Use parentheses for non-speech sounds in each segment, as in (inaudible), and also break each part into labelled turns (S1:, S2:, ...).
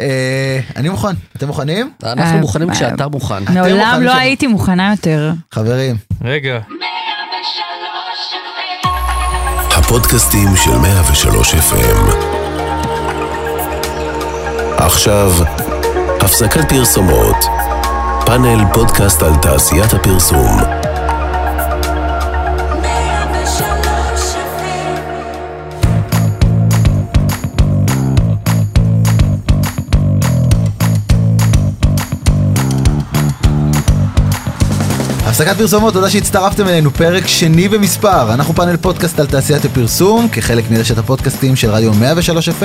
S1: אה, אני מוכן, אתם מוכנים?
S2: אה,
S3: אנחנו מוכנים כשאתה מוכן.
S2: מעולם לא הייתי מוכנה יותר.
S1: חברים.
S4: רגע.
S5: הפודקאסטים של 103 FM. עכשיו, הפסקת פרסומות. פאנל פודקאסט על תעשיית הפרסום.
S1: הפסקת פרסומות, תודה שהצטרפתם אלינו, פרק שני במספר. אנחנו פאנל פודקאסט על תעשיית הפרסום, כחלק מרשת הפודקאסטים של רדיו 103 FM.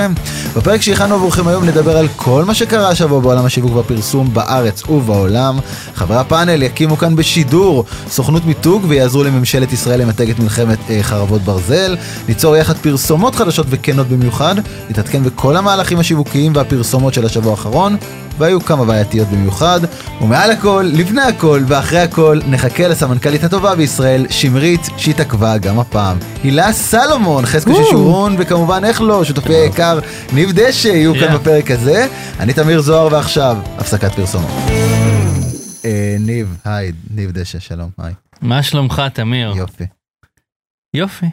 S1: בפרק שהכנו עבורכם היום נדבר על כל מה שקרה השבוע בעולם השיווק והפרסום בארץ ובעולם. חברי הפאנל יקימו כאן בשידור סוכנות מיתוג ויעזרו לממשלת ישראל למתג את מלחמת אה, חרבות ברזל. ניצור יחד פרסומות חדשות וכנות במיוחד, נתעדכן בכל המהלכים השיווקיים והפרסומות של השבוע האחרון, והיו כמה בעייתיות במיוחד. ומעל הכל, לפני הכל ואחרי הכל, נחכה לסמנכ"לית הטובה בישראל, שמרית, שהתעכבה גם הפעם. הילה סלומון, חזקו ששורון, וכמובן, איך לא, שותפי
S4: כן.
S1: היקר, ניב דשא יהיו כאן
S4: Yeah.
S1: בפרק הזה. אני תמיר זוהר, ועכשיו, הפסקת פרסומות.
S4: Mm.
S1: אה, ניב, היי, ניב דשא, שלום, היי,
S4: מה שלומך, תמיר?
S1: יופי,
S4: יופי.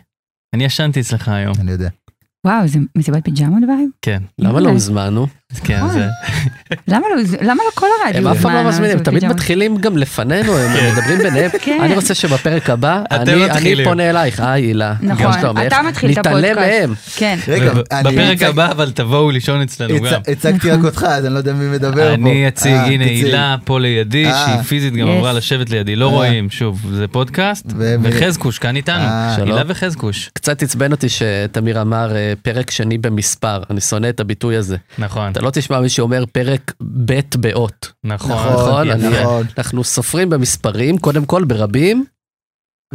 S4: אני ישנתי אצלך היום.
S1: אני יודע.
S2: וואו, זה מסיבת פיג'מות וייב?
S4: כן.
S3: למה לא הוזמנו?
S4: כן,
S1: אה,
S2: נכון.
S4: זה...
S2: למה לא- למה לא כל הרדיו?
S3: הם אף פעם
S2: זמן
S3: לא מזמינים, הם
S2: לעשות
S3: תמיד
S2: פיג'מות?
S3: מתחילים גם לפנינו, הם מדברים ביניהם.
S2: כן.
S3: אני רוצה שבפרק הבא, אני- אני
S4: מתחילים.
S3: פונה אלייך, אה הילה. מה שאתה
S2: נכון,
S3: אומר?
S2: אתה מתחיל את הפודקאסט.
S3: נתעלם מהם.
S2: כן.
S1: רגע,
S4: וב-
S1: אני-
S4: בפרק
S1: הצג-
S4: הבא, אבל תבואו לישון אצלנו
S1: הצ-
S4: גם.
S1: הצגתי רק אותך, אז אני לא יודע מי מדבר פה.
S4: אני אציג,
S1: אה,
S4: הנה
S1: תציג.
S4: הילה פה לידי,
S1: אה.
S4: שהיא פיזית גם
S2: Yes.
S4: עברה לשבת לידי, לא
S1: אה.
S4: רואים, שוב, זה פודקאסט,
S1: באמת.
S4: וחזקוש כאן איתנו,
S1: אה.
S3: שלום.
S4: הילה וחזקוש,
S3: קצת עצבן אותי שתמיר אמר אה, פרק שני במספר, אני שונא את הביטוי הזה.
S4: נכון,
S3: אתה לא תשמע מישהו אומר פרק ב' באות.
S4: נכון,
S1: נכון,
S4: יפה.
S1: נכון.
S3: אנחנו סופרים במספרים, קודם כל ברבים,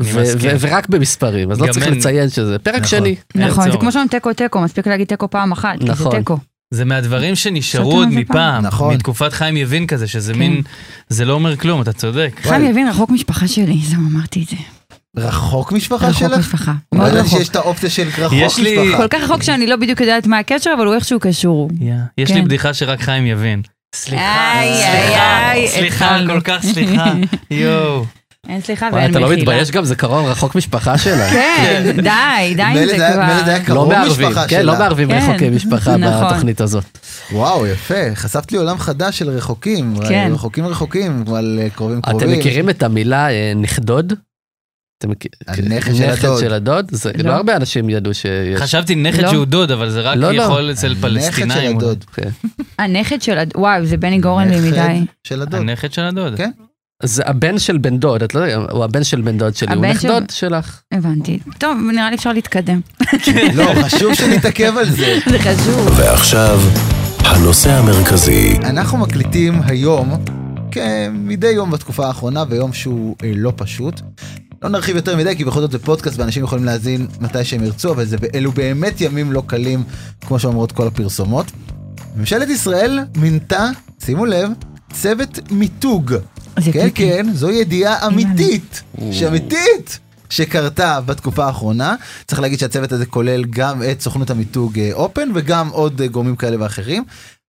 S4: אני
S3: ו-
S4: מסכים.
S3: ו- ורק במספרים, אז לא
S4: גם
S3: צריך
S4: אין-
S3: לציין שזה. פרק
S1: נכון.
S3: שני.
S4: אין
S2: נכון, זה
S4: צורך.
S2: כמו שאומרים תיקו תיקו, מספיק להגיד תיקו פעם אחת, כי זה
S3: נכון.
S2: תיקו.
S4: זה מהדברים שנשארו
S2: סתם
S4: עוד
S2: זה
S4: מפעם,
S2: פעם.
S1: נכון.
S4: מתקופת חיים יבין כזה, שזה
S2: כן.
S4: מין, זה לא אומר כלום, אתה צודק.
S2: חיים יבין רחוק משפחה שלי, (laughs) זהו, אמרתי את זה.
S1: רחוק משפחה
S2: רחוק
S1: שלך?
S2: משפחה.
S1: לא
S2: מאוד
S1: ידעתי
S2: רחוק.
S1: שיש את האופציה של רחוק
S4: יש לי-
S1: משפחה.
S2: כל כך רחוק שאני לא בדיוק יודעת מה הקשר, אבל הוא איכשהו קשור.
S4: יא, יש לי
S2: כן.
S4: בדיחה שרק חיים יבין. סליחה,
S2: איי,
S4: סליחה,
S2: איי, איי,
S4: סליחה,
S2: התחלנו.
S4: כל כך
S2: (laughs)
S4: סליחה, יואו.
S2: אין סליחה
S3: וואי,
S2: ואין
S3: אתה
S2: מחילה.
S3: לא מתבייש גם, זה קרוב רחוק משפחה שלה.
S2: כן, די, די עם
S1: מילא
S2: זה
S1: זה היה- מילא זה
S2: כבר.
S1: היה
S3: לא
S1: קרוב
S3: מערבים,
S1: משפחה
S3: כן, לא
S1: שלה.
S3: מערבים
S2: כן.
S3: רחוקי משפחה
S2: נכון.
S3: בתוכנית הזאת.
S1: וואו, יפה, חשפת לי עולם חדש של רחוקים.
S2: כן.
S1: רחוקים רחוקים, אבל אה, קרובים קרובים.
S3: אתם מכירים את המילה אה, נכדוד? אתם מכיר-
S1: הנכד של
S3: נכד
S1: הדוד.
S3: של הדוד? זה-
S2: לא.
S3: לא הרבה אנשים ידעו שיש.
S4: חשבתי נכד
S2: לא.
S4: שהוא דוד, אבל זה רק
S3: לא, לא.
S4: יכול אצל
S1: הנכד של
S4: פלסטינאים.
S1: הדוד.
S3: כן.
S2: הנכד של... הד- וואו, זה בני גורן לי מדי.
S1: נכד של הדוד.
S4: הנכד של הדוד.
S1: כן.
S3: זה הבן של בן דוד, את לא יודעת, הוא הבן של בן דוד שלי, הוא
S2: הבן של-
S3: נכדוד שלך.
S2: הבנתי. טוב, נראה לי אפשר להתקדם.
S1: לא, חשוב שנתעכב על זה.
S2: זה חשוב.
S5: ועכשיו, הנושא המרכזי.
S1: אנחנו מקליטים היום, כמדי יום בתקופה האחרונה, ויום שהוא אה, לא פשוט. לא נרחיב יותר מדי, כי בכל זאת זה פודקאסט ואנשים יכולים להאזין מתי שהם ירצו, אבל זה, אלו באמת ימים לא קלים, כמו שאומרות כל הפרסומות. ממשלת ישראל מינתה, שימו לב, צוות מיתוג.
S2: זה
S1: כן,
S2: קקי.
S1: כן, זו ידיעה אמיתית, שאמיתית, שקרתה בתקופה האחרונה. צריך להגיד שהצוות הזה כולל גם את סוכנות המיתוג אה, אופן וגם עוד אה, גורמים כאלה ואחרים.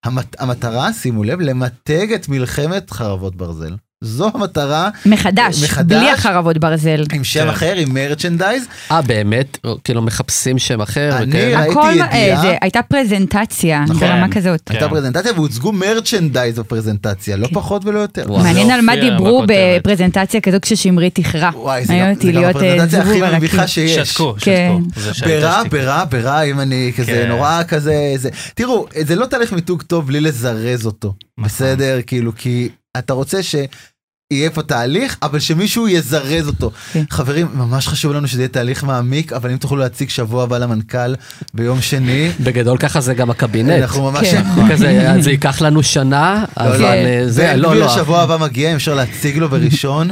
S1: המט- המטרה, שימו לב, למתג את מלחמת חרבות ברזל. זו המטרה,
S2: מחדש,
S1: מחדש.
S2: בלי החרבות ברזל.
S1: עם שם
S4: כן.
S1: אחר, עם מרצ'נדייז.
S3: אה, באמת? כאילו מחפשים שם אחר?
S1: אני
S3: וכאלה?
S1: ראיתי
S2: הכל, אה,
S1: ידיעה.
S2: זה הייתה פרזנטציה
S1: נכון.
S2: ברמה כזאת.
S4: כן.
S1: הייתה פרזנטציה והוצגו מרצ'נדייז בפרזנטציה, לא פחות ולא יותר.
S3: וואו.
S2: כן. מעניין
S4: זה
S2: על מה
S4: הופיע
S2: דיברו
S4: בכותרת.
S2: בפרזנטציה כזו כששמרית איחרה.
S1: וואי, זה
S2: מעניין
S1: גם-
S2: אותי
S1: זה גם
S2: להיות, אה,
S1: הפרזנטציה
S2: זבוב
S1: הכי
S2: על
S1: מביכה
S2: הקיר.
S1: שיש.
S4: שתקו,
S2: כן.
S4: שתקו. זה שהייתה
S1: ברע,
S4: שתיקה.
S1: ברע, ברע, אם אני כזה
S4: כן.
S1: נורא כזה, זה... תראו, זה לא תהליך מיתוג טוב בלי לזרז אותו,
S4: נכון.
S1: בסדר? כאילו, כי אתה רוצה שיהיה פה תהליך, אבל שמישהו יזרז אותו.
S2: כן.
S1: חברים, ממש חשוב לנו שזה יהיה תהליך מעמיק, אבל אם תוכלו להציג שבוע הבא למנכ"ל ביום שני,
S3: בגדול ככה זה גם הקבינט.
S1: אנחנו ממש...
S2: כן.
S3: כזה, אז זה ייקח לנו שנה,
S1: לא,
S3: אבל
S1: לא,
S3: אה, זה, לא,
S1: בן
S3: לא.
S1: גביר שבוע הבא מגיע, אם אפשר להציג לו
S3: (laughs)
S1: בראשון.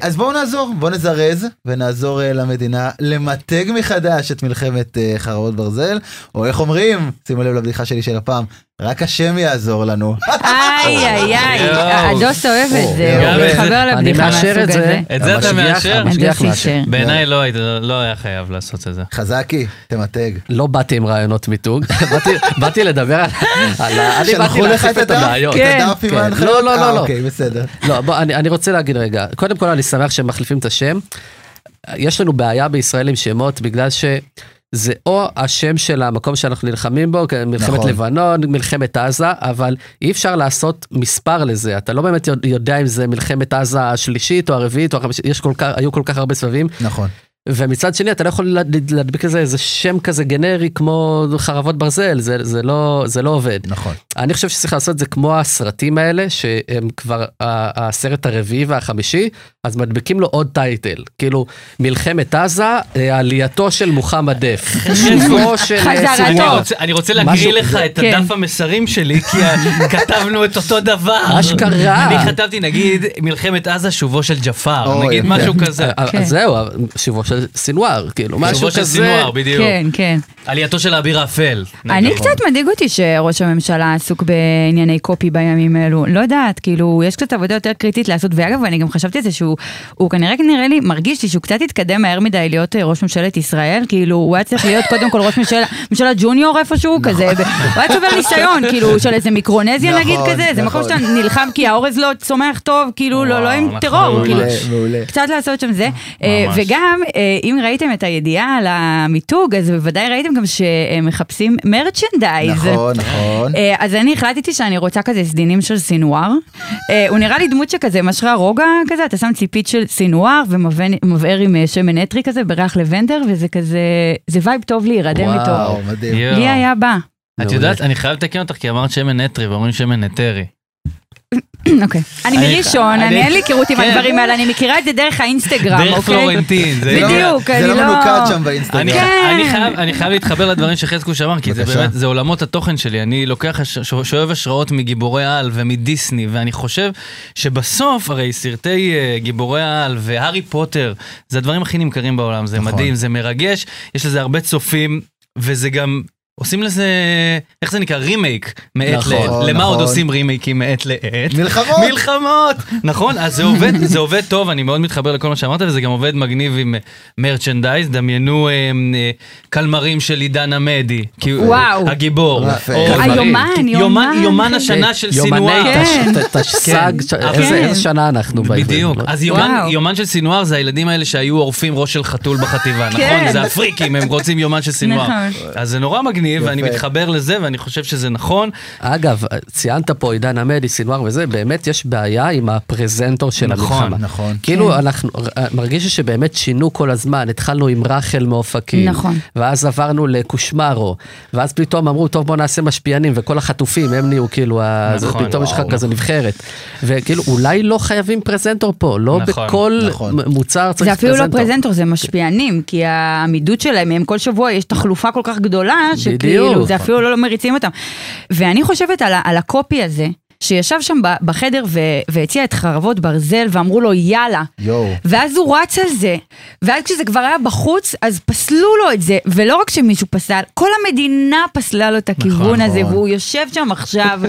S1: אז בואו נעזור, בואו נזרז ונעזור אה, למדינה למתג מחדש את מלחמת אה, חרבות ברזל, או איך אומרים, שימו לב לבדיחה שלי של הפעם, רק השם יעזור לנו. (laughs)
S2: איי, איי, איי,
S4: יואו.
S2: הדוס אוהב את זה,
S4: גם
S2: הוא
S4: את
S2: מתחבר
S3: לא, אני
S2: לבדיחה
S3: מאשר
S2: מהסוג
S3: את זה.
S2: הזה.
S4: את זה אתה
S3: המשגיח-
S4: מאשר?
S3: המשגיח
S2: הדוס
S3: מאשר.
S2: אישר.
S4: בעיניי לא היית- לא היה חייב לעשות את זה.
S2: אה,
S1: חזקי, תמתג.
S3: לא באתי עם רעיונות מיתוג, (laughs) באתי- באתי לדבר על... על ה- אני באתי
S1: שלחו לך
S3: להציף
S1: את
S3: את
S1: הדף?
S3: הבעיות.
S1: את הדף עם
S3: כן.
S1: ההנחיות?
S3: לא, לא, לא,
S1: אה,
S3: לא.
S1: אוקיי, בסדר.
S3: לא, בוא, אני, אני רוצה להגיד רגע, קודם כל אני שמח שהם מחליפים את השם. יש לנו בעיה בישראל עם שמות בגלל שזה או השם של המקום שאנחנו נלחמים בו, כ- מלחמת
S1: נכון.
S3: נכון. לבנון, מלחמת עזה, אבל אי אפשר לעשות מספר לזה, אתה לא באמת יודע- יודע אם זה מלחמת עזה השלישית או הרביעית או החמישית, יש כל כך, היו כל כך הרבה סבבים,
S1: נכון.
S3: ומצד שני אתה לא יכול להד- להדביק לזה איזה שם כזה גנרי כמו חרבות ברזל, זה, זה, לא, זה לא עובד.
S1: נכון.
S3: אני חושב שצריך לעשות את זה כמו הסרטים האלה, שהם כבר ה- הסרט הרביעי והחמישי, אז מדביקים לו עוד טייטל. כאילו, מלחמת עזה, אה, עלייתו של מוחמד דף.
S4: (laughs)
S3: שובו של... אה,
S2: חזרתו.
S3: סילואן.
S4: אני
S2: טוב.
S4: רוצה- אני רוצה להקריא
S3: משהו-
S4: לך את
S2: כן.
S4: הדף המסרים שלי, כי
S2: (laughs)
S4: ה- כתבנו את אותו דבר.
S3: אשכרה.
S4: אני כתבתי, נגיד, מלחמת עזה, שובו של ג'פר,
S1: אוי,
S4: נגיד
S1: יפה.
S4: משהו כזה.
S3: אה,
S2: כן.
S3: אז זהו, שובו של סינואר, כאילו, משהו
S4: שובו של
S3: כזה.
S4: סינואר, בדיוק.
S2: כן, כן.
S4: עלייתו של האביר האפל.
S2: אני
S4: נגיד.
S2: קצת מדאיג אותי שראש הממשלה עסוק בענייני קופי בימים אלו. לא יודעת, כאילו, יש קצת עבודה יותר קריטית לעשות, ואגב, אני גם חשבתי על זה שהוא, הוא כנראה, נראה לי, מרגיש לי שהוא קצת התקדם מהר מדי להיות אה, ראש ממשלת ישראל, כאילו, הוא היה צריך להיות קודם כל ראש ממשלה, ממשלה ג'וניור איפשהו, כזה, ו- הוא היה צובר ניסיון, כאילו, של איזה מיקרונזיה
S1: נכון,
S2: נגיד כזה, זה מקום
S1: נכון.
S2: שאתה נלחם כי האורז לא צומח טוב, כאילו, לא
S4: וואו,
S2: לא עם
S4: נכון,
S2: טרור, כאילו,
S1: מעולה, מעולה.
S2: קצת לעשות שם זה, אה,
S4: ממש.
S2: וגם אה, אם ראיתם את הידיעה על המיתוג, אז בוודאי ראיתם גם שמחפשים מרצ'נדייז.
S1: נכון, נכון.
S2: אה, אז אני החלטתי שאני רוצה כזה סדינים של סינואר. אה, הוא נראה לי דמות שכזה משרה רוגע כזה, אתה שם ציפית של סינואר ומבער עם אה, שמן נטרי כזה בריח לבנדר, וזה כזה, זה וייב טוב להירדם
S3: וואו.
S2: איתו.
S1: וואו, מדהים.
S4: יואו.
S2: לי היה בא. (clears throat)
S4: את יודעת, אני חייב לתקן אותך, כי אמרת שמן נטרי, ואומרים שמן נטרי.
S2: אוקיי. אני
S4: אני-
S2: מראשון, אני
S4: אני-
S2: אין לי היכרות עם
S4: כן.
S2: הדברים האלה, אני מכירה את זה דרך האינסטגרם, אוקיי?
S4: דרך פלורנטין. זה-
S1: זה לא-
S2: בדיוק,
S1: זה
S2: אני
S1: לא
S2: לא-
S1: מנוקד שם
S4: אני,
S1: באינסטגרם.
S4: כן. אני,
S2: כן.
S4: חייב, אני חייב להתחבר לדברים שחזקוש אמר, כי זה
S1: בבקשה.
S4: באמת, זה עולמות התוכן שלי. אני לוקח, הש- ש- שואב השראות מגיבורי על ומדיסני, ואני חושב שבסוף, הרי סרטי uh, גיבורי על והארי פוטר, זה הדברים הכי נמכרים בעולם, זה
S1: נכון.
S4: מדהים, זה מרגש, יש לזה הרבה צופים, וזה גם... עושים לזה, איך זה נקרא? רימייק מעת
S3: נכון,
S4: לעת. למה עוד
S1: נכון.
S4: עושים רימייקים מעת לעת?
S1: מלחמות.
S4: מלחמות! נכון, אז זה עובד, זה עובד טוב, אני מאוד מתחבר לכל מה שאמרת, וזה גם עובד מגניב עם אה, מרצ'נדייז. דמיינו אה, אה, קלמרים של עידן עמדי, כי הוא-
S2: וואו.
S4: הגיבור.
S1: יפה.
S4: או-
S3: היומן,
S2: יומן.
S4: יומן השנה של
S3: יומני
S4: סינואר.
S2: כן.
S3: תש- ת- תשס"ג,
S4: כן.
S3: ש- איזה
S2: כן.
S3: איזה שנה אנחנו בעברית,
S4: בדיוק,
S3: לא?
S4: אז יומן,
S2: וואו.
S4: יומן של סינואר זה הילדים האלה שהיו עורפים ראש של חתול
S2: (laughs)
S4: בחטיבה,
S2: כן.
S4: נכון? זה הפריקים, הם רוצים יומן של סינואר.
S2: נכון.
S4: אז זה נורא מגניב, ואני
S1: יפה.
S4: מתחבר לזה, ואני חושב שזה נכון.
S3: אגב, ציינת פה עידן עמדי, סינואר וזה, באמת יש בעיה עם הפרזנטור של
S4: נכון,
S3: המלחמה.
S1: נכון.
S2: כן.
S3: כאילו אנחנו, מרגיש לי שבאמת שינו כל הזמן, התחלנו עם רחל מאופקים.
S2: נכון.
S3: ואז עברנו לקושמרו, ואז פתאום אמרו, טוב בוא נעשה משפיענים, וכל החטופים הם נהיו כאילו, ה- זה
S4: נכון,
S3: פתאום יש לך
S4: וואו.
S3: כזה נבחרת. וכאילו, אולי לא חייבים פרזנטור פה, לא
S4: נכון,
S3: בכל
S1: נכון.
S3: מ- מוצר
S2: זה
S3: צריך
S2: אפילו
S3: פרזנטור.
S2: לא פרזנטור, זה משפיענים, כי העמידות שלהם, הם כל שבוע יש תחלופה כל כך גדולה, שכאילו,
S3: בדיוק.
S2: זה אפילו לא מריצים אותם. ואני חושבת על, ה- על הקופי הזה, שישב שם ב- בחדר ו- והציע את חרבות ברזל, ואמרו לו יאללה.
S1: יואו.
S2: ואז הוא רץ על זה, ואז כשזה כבר היה בחוץ, אז פסלו לו את זה, ולא רק שמישהו פסל, כל המדינה פסלה לו את הכיוון הזה,
S1: נכון.
S2: והוא יושב שם עכשיו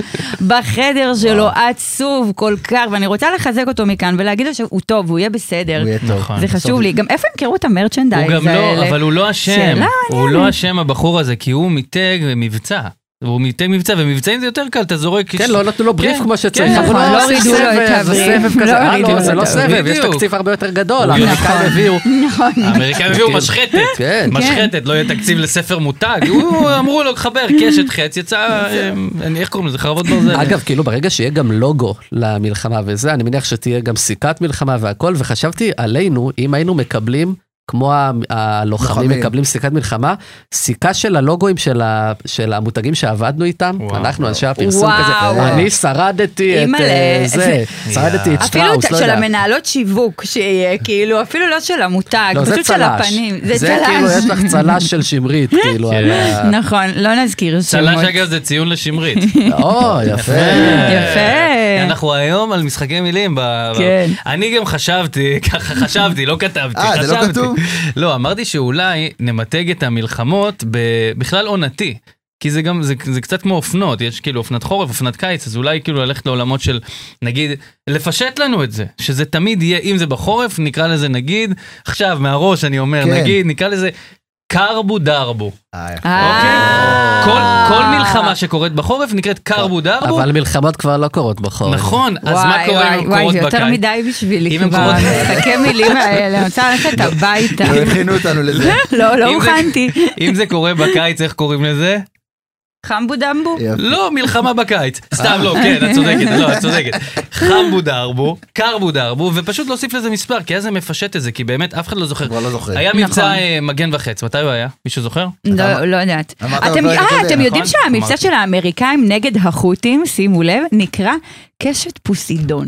S2: בחדר שלו עצוב כל כך, ואני רוצה לחזק אותו מכאן ולהגיד לו שהוא טוב, הוא יהיה בסדר.
S1: הוא יהיה טוב.
S4: נכון.
S2: זה חשוב לי, גם איפה ימכרו את המרצ'נדייז
S4: הוא גם לא,
S2: האלה?
S4: אבל הוא לא אשם.
S2: שאלה
S4: הוא לא אשם הבחור הזה, כי הוא מיתג מבצע. הוא מיתג מבצע, ומבצעים זה יותר קל, אתה זורק...
S3: כן, לא נתנו לו בריף
S4: כן,
S3: כמו שצריך.
S4: כן.
S3: אבל
S2: נכון,
S3: הוא
S2: לא
S3: עושה
S2: הורידו לו
S3: סבב,
S2: את הבריף.
S3: סבב כזה,
S2: לא
S3: הלו,
S2: הורידו לו
S3: זה
S2: את
S3: לא
S4: הבריף.
S3: סבב, יש
S4: בדיוק.
S3: תקציב הרבה יותר גדול,
S4: הוא
S3: האמריקאים
S4: נכון.
S3: הביאו.
S2: (laughs) נכון.
S4: האמריקאים הביאו משחטת,
S3: כן.
S4: משחטת, לא יהיה תקציב לספר מותג, הוא אמרו לו לחבר קשת חץ, יצא, אה, איך קוראים לזה, חרבות ברזל.
S3: אגב, כאילו ברגע שיהיה גם לוגו למלחמה וזה, אני מניח שתהיה גם סיכת מלחמה והכל, וחשבתי עלינו, אם היינו מקבלים, כמו ה- הלוחמים
S1: לוחמים.
S3: מקבלים סיכת מלחמה, סיכה של הלוגוים של ה- של המותגים שעבדנו איתם,
S4: וואו.
S3: אנחנו אנשי הפרסום
S2: וואו.
S3: כזה, אני שרדתי את
S2: אימא'לה.
S3: אה,
S4: (laughs)
S3: זה, שרדתי את
S2: אפילו
S3: שטראוס, לא
S2: של
S3: יודע.
S2: המנהלות שיווק
S4: (laughs)
S2: שיהיה, כאילו, אפילו לא של המותג,
S3: לא, זה
S2: פשוט של
S3: צל"ש.
S2: הפנים.
S3: זה כאילו, יש לך צל"ש של
S2: (laughs)
S3: שמרית, כאילו,
S4: כן.
S3: על ה...
S2: נכון, לא נזכיר שמות.
S4: צל"ש אגב זה ציון לשמרית.
S2: נכון.
S3: או,
S4: (laughs)
S3: יפה.
S2: יפה.
S4: כן. אנחנו היום על משחקי מילים. ב- ב-
S2: כן.
S4: אני גם חשבתי, (laughs) ככה חשבתי, לא כתבתי,
S1: אה, זה לא
S4: חשבתי.
S1: כתוב?
S4: לא, אמרתי שאולי נמתג את המלחמות ב- בכלל עונתי. כי זה גם, זה, זה קצת כמו אופנות, יש כאילו אופנת חורף, אופנת קיץ, אז אולי כאילו ללכת לעולמות של, נגיד, לפשט לנו את זה, שזה תמיד יהיה, אם זה בחורף, נקרא לזה נגיד, עכשיו מהראש אני אומר,
S1: כן.
S4: נגיד, נקרא לזה קרבו דרבו.
S1: אה, יפה.
S4: אוקיי.
S2: אה.
S4: כל, כל מלחמה שקורית בחורף נקראת קרבו דרבו.
S3: אבל מלחמות כבר לא קורות בחורף.
S4: נכון, אז מה
S2: וואי,
S4: קורה אם
S2: וואי,
S4: הן
S2: וואי,
S4: קורות
S2: זה יותר
S4: בקיץ?
S2: מדי בשבילי
S4: אם הן
S2: כבר,
S4: קורות-
S2: משחקי מילים האלה, אני רוצה
S4: (laughs)
S2: ללכת הביתה.
S1: לא הכינו אותנו
S3: (laughs)
S1: לזה.
S2: (laughs) לא, לא
S4: אם זה-
S2: הוכנתי.
S4: אם זה קורה בקיץ, איך קוראים לזה?
S2: חמבו דמבו?
S1: יפה.
S4: לא, מלחמה בקיץ. סתם לא, כן, את צודקת, לא, את צודקת. חמבו דרבו, קרבו דרבו, ופשוט להוסיף לזה מספר, כי אז זה מפשט את זה, כי באמת אף אחד לא זוכר.
S1: כבר לא זוכר. (laughs)
S4: היה
S2: נכון.
S4: מבצע אה, מגן וחץ, מתי הוא היה? מישהו זוכר?
S2: לא, לא יודעת.
S1: אמרת
S2: אתם,
S1: בפרק
S3: לא
S2: אה,
S1: הקודם,
S2: אתם יודעים
S4: נכון?
S2: שהמבצע
S4: אמרתי.
S2: של האמריקאים נגד החות'ים, שימו לב, נקרא קשת פוסידון.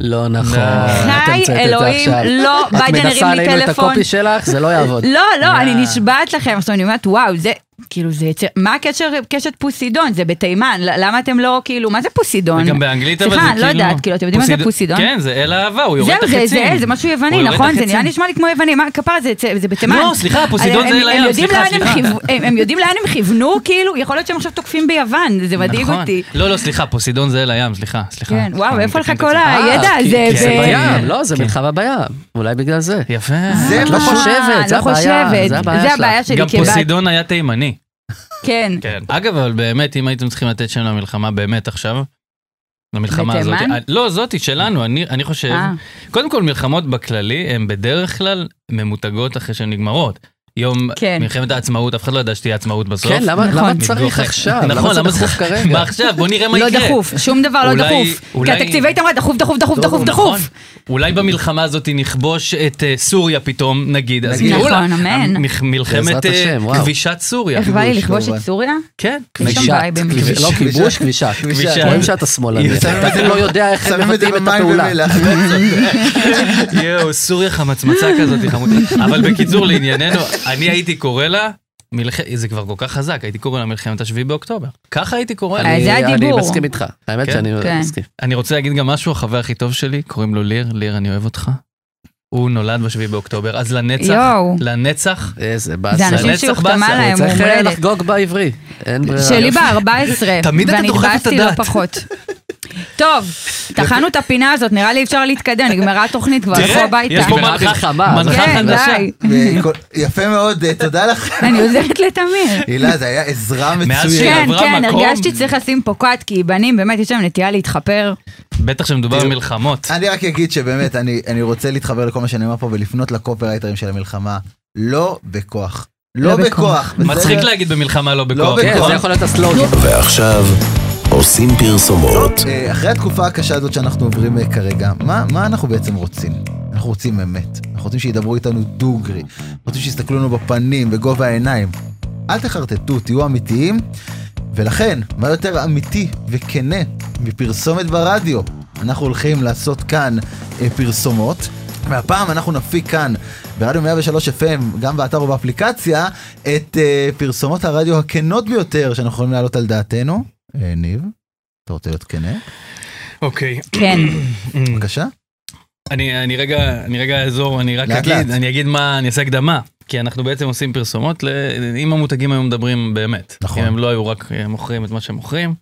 S3: לא נכון.
S4: אה,
S3: את
S2: חי
S3: המצאת את זה
S2: אלוהים,
S3: עכשיו.
S2: לא,
S3: את
S2: ביידן
S3: מנסה
S2: הרים לי
S3: עלינו את
S2: טלפון.
S3: הקופי שלך, זה לא יעבוד.
S2: לא, לא, אני נשבעת לכם, עכשיו אני אומרת, וואו, זה, כאילו, זה, יצר- מה הקשר קשת פוסידון? זה בתימן, ל- למה אתם לא, כאילו, מה זה פוסידון?
S4: גם באנגלית, אבל זה כאילו...
S2: סליחה, אני לא יודעת, כאילו, אתם יודעים מה זה פוסידון?
S4: כן, זה אל אהבה, הוא יורד את
S2: זהו, זה,
S4: החצים.
S2: זה, זה משהו
S4: הוא
S2: יווני,
S4: יורד את
S2: נכון? זה
S4: החצים.
S2: נראה נשמע לי כמו יווני, מה כפרה זה, זה, זה בתימן.
S4: לא, סליחה, פוסידון
S2: הם-
S4: זה
S2: הם-
S4: אל
S2: הם
S4: הים,
S2: יודעים
S4: סליחה,
S2: לאן הם
S4: סליחה.
S2: כיוו- הם הם יודעים לאן הם כיוונו, כאילו, יכול להיות שהם עכשיו תוקפים ביוון, זה מדאיג
S4: נכון.
S2: אותי.
S4: לא, לא, סליחה, פוסידון זה אל הים, סליחה, סליחה.
S2: כן, וואו,
S4: אני
S2: איפה לך
S4: מתקן את
S2: כל
S4: עצמי.
S2: הידע
S3: אה, כי-
S2: הזה?
S3: כי זה
S4: ב-
S3: בים, לא, זה
S4: כן.
S3: מלחמה בים. אולי בגלל זה.
S4: יפה.
S1: זה
S3: את לא
S1: פשוט-
S3: חושבת, זה
S2: אה, לא
S3: הבעיה.
S2: חושבת,
S3: זה הבעיה
S2: זה
S3: שלך.
S2: הבעיה שלי
S4: גם
S2: כבת.
S4: פוסידון היה תימני.
S2: כן.
S4: כן. אגב, אבל באמת, אם הייתם צריכים לתת שם למלחמה באמת עכשיו, למלחמה הזאת,
S2: בתימן?
S4: לא, זאתי שלנו, אני אני חושב,
S2: אה,
S4: קודם כל מלחמות בכללי, הן בדרך כלל ממותגות אחרי שהן נגמרות. יום
S2: כן.
S4: מלחמת העצמאות, אף אחד לא ידע שתהיה עצמאות בסוף.
S3: כן, למה
S2: נכון.
S3: למה צריך עכשיו?
S4: נכון,
S3: למה
S4: למה
S3: צריך
S4: צריך
S3: כרגע?
S4: מה עכשיו? בוא נראה מה
S2: לא
S4: יקרה.
S2: דחוף, שום דבר לא
S4: אולי-
S2: דחוף. כי
S4: אולי-
S2: התקציב הייתם דחוף, דחוף,
S3: לא,
S2: דחוף, דחוף,
S4: נכון.
S2: דחוף.
S4: אולי במלחמה הזאת נכבוש את אה, סוריה פתאום, נגיד. אז
S1: נגיד.
S4: יקראו לה
S2: נכון, אמן.
S4: המח- מלחמת
S3: בעזרת
S4: אה,
S3: השם, וואו.
S4: כבישת סוריה.
S2: איך בא לי לכבוש
S1: כמובן.
S2: את סוריה?
S4: כן,
S2: יש
S3: כבישת,
S2: שם וייבים.
S3: כביש- לא כיבוש, כבישה.
S1: כבישה.
S3: רואים שאתה שמאלני. אתה אפילו לא יודע איך הם
S1: שמים את זה
S3: מבטאים את
S1: במים
S3: הפעולה. (laughs)
S1: ומלח.
S4: יואו, סוריה חמצמצה כזאת, היא חמודה. אבל בקיצור, לענייננו, אני הייתי קורא לה, מלח... זה כבר כל כך חזק, הייתי קורא לה מלחמת השביעי באוקטובר. ככה הייתי קורא לה.
S2: אז
S3: אני-
S2: אה, זה הדיבור.
S3: אני מסכים איתך. האמת
S4: כן?
S3: שאני
S2: כן.
S3: מסכים.
S4: אני רוצה להגיד גם משהו, החבר הכי טוב שלי, קוראים לו ליר, ליר, אני אוהב אותך. הוא נולד בשביעי באוקטובר, אז לנצח,
S2: יואו.
S4: לנצח,
S3: איזה באסה.
S2: זה אנשים
S4: לנצח
S2: שהוחתמה
S4: באסה,
S2: להם,
S3: צריך
S2: הוא
S3: אה,
S2: מולדת.
S3: לחגוג בעברי. אין ברירה.
S2: שלי ב-14,
S4: (laughs) תמיד אתה
S2: ואני
S4: דוחף את
S2: התבאסתי לא
S4: הדת. (laughs)
S2: פחות. טוב, טחנו את הפינה הזאת, נראה לי אפשר להתקדם, נגמרה התוכנית כבר, לכו הביתה.
S4: יש פה
S3: נגמרה
S4: מנחה,
S3: המלחמה, אז
S4: מנחה
S2: כן,
S4: חדשה.
S2: די.
S1: וכל- יפה מאוד, אה, תודה
S3: (laughs)
S1: לך.
S2: אני עוזרת
S4: (laughs)
S2: לתמיר.
S1: הילה, זה היה עזרה
S4: מאז שהיא
S1: מצוינת.
S2: כן,
S4: עברה
S2: כן,
S4: מקום.
S2: הרגשתי שצריך לשים פה קאט, כי בנים באמת יש להם נטייה להתחפר.
S4: בטח שמדובר במלחמות.
S1: אני רק אגיד שבאמת, אני אני רוצה להתחבר לכל מה שנאמר פה ולפנות לקופרייטרים של המלחמה. לא בכוח. לא
S2: לא בכוח.
S1: בכוח. בסדר?
S4: מצחיק להגיד במלחמה לא בכוח.
S1: בכוח.
S3: כן,
S4: נכון?
S3: זה יכול להיות הסלוגן.
S2: אה,
S5: ועכשיו עושים פרסומות.
S1: אה, אחרי התקופה הקשה הזאת שאנחנו עוברים אה, כרגע, מה, מה אנחנו בעצם רוצים? אנחנו רוצים אמת, אנחנו רוצים שידברו איתנו דוגרי, רוצים שיסתכלו לנו בפנים, בגובה העיניים. אל תחרטטו, תהיו אמיתיים, ולכן, מה יותר אמיתי וכנה מפרסומת ברדיו? אנחנו הולכים לעשות כאן אה, פרסומות. והפעם אנחנו נפיק כאן, ברדיו 103 FM, גם באתר ובאפליקציה, את אה, פרסומות הרדיו הכנות ביותר שאנחנו יכולים להעלות על דעתנו. אה, ניב, אתה רוצה להיות כנה?
S4: אוקיי.
S2: כן,
S1: בבקשה.
S4: אני, אני רגע, אני רגע אעזור, אני רק
S1: לאט,
S4: אגיד,
S1: לאט.
S4: אני אגיד מה, אני אעשה הקדמה. כי אנחנו בעצם עושים פרסומות, ל... אם המותגים היו מדברים באמת.
S1: נכון.
S4: אם הם לא היו רק אה, מוכרים את מה שהם מוכרים,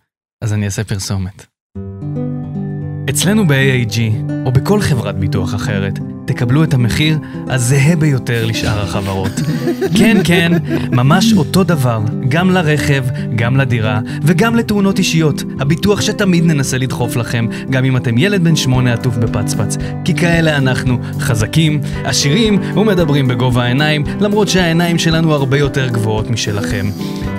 S4: אז אני אעשה פרסומת. אצלנו ב-AAG, או בכל חברת ביטוח אחרת, תקבלו את המחיר הזהה ביותר לשאר החברות. כן, כן, ממש אותו דבר, גם לרכב, גם לדירה, וגם לתאונות אישיות. הביטוח שתמיד ננסה לדחוף לכם, גם אם אתם ילד בן שמונה עטוף בפצפץ. כי כאלה אנחנו חזקים, עשירים ומדברים בגובה העיניים, למרות שהעיניים שלנו הרבה יותר גבוהות משלכם.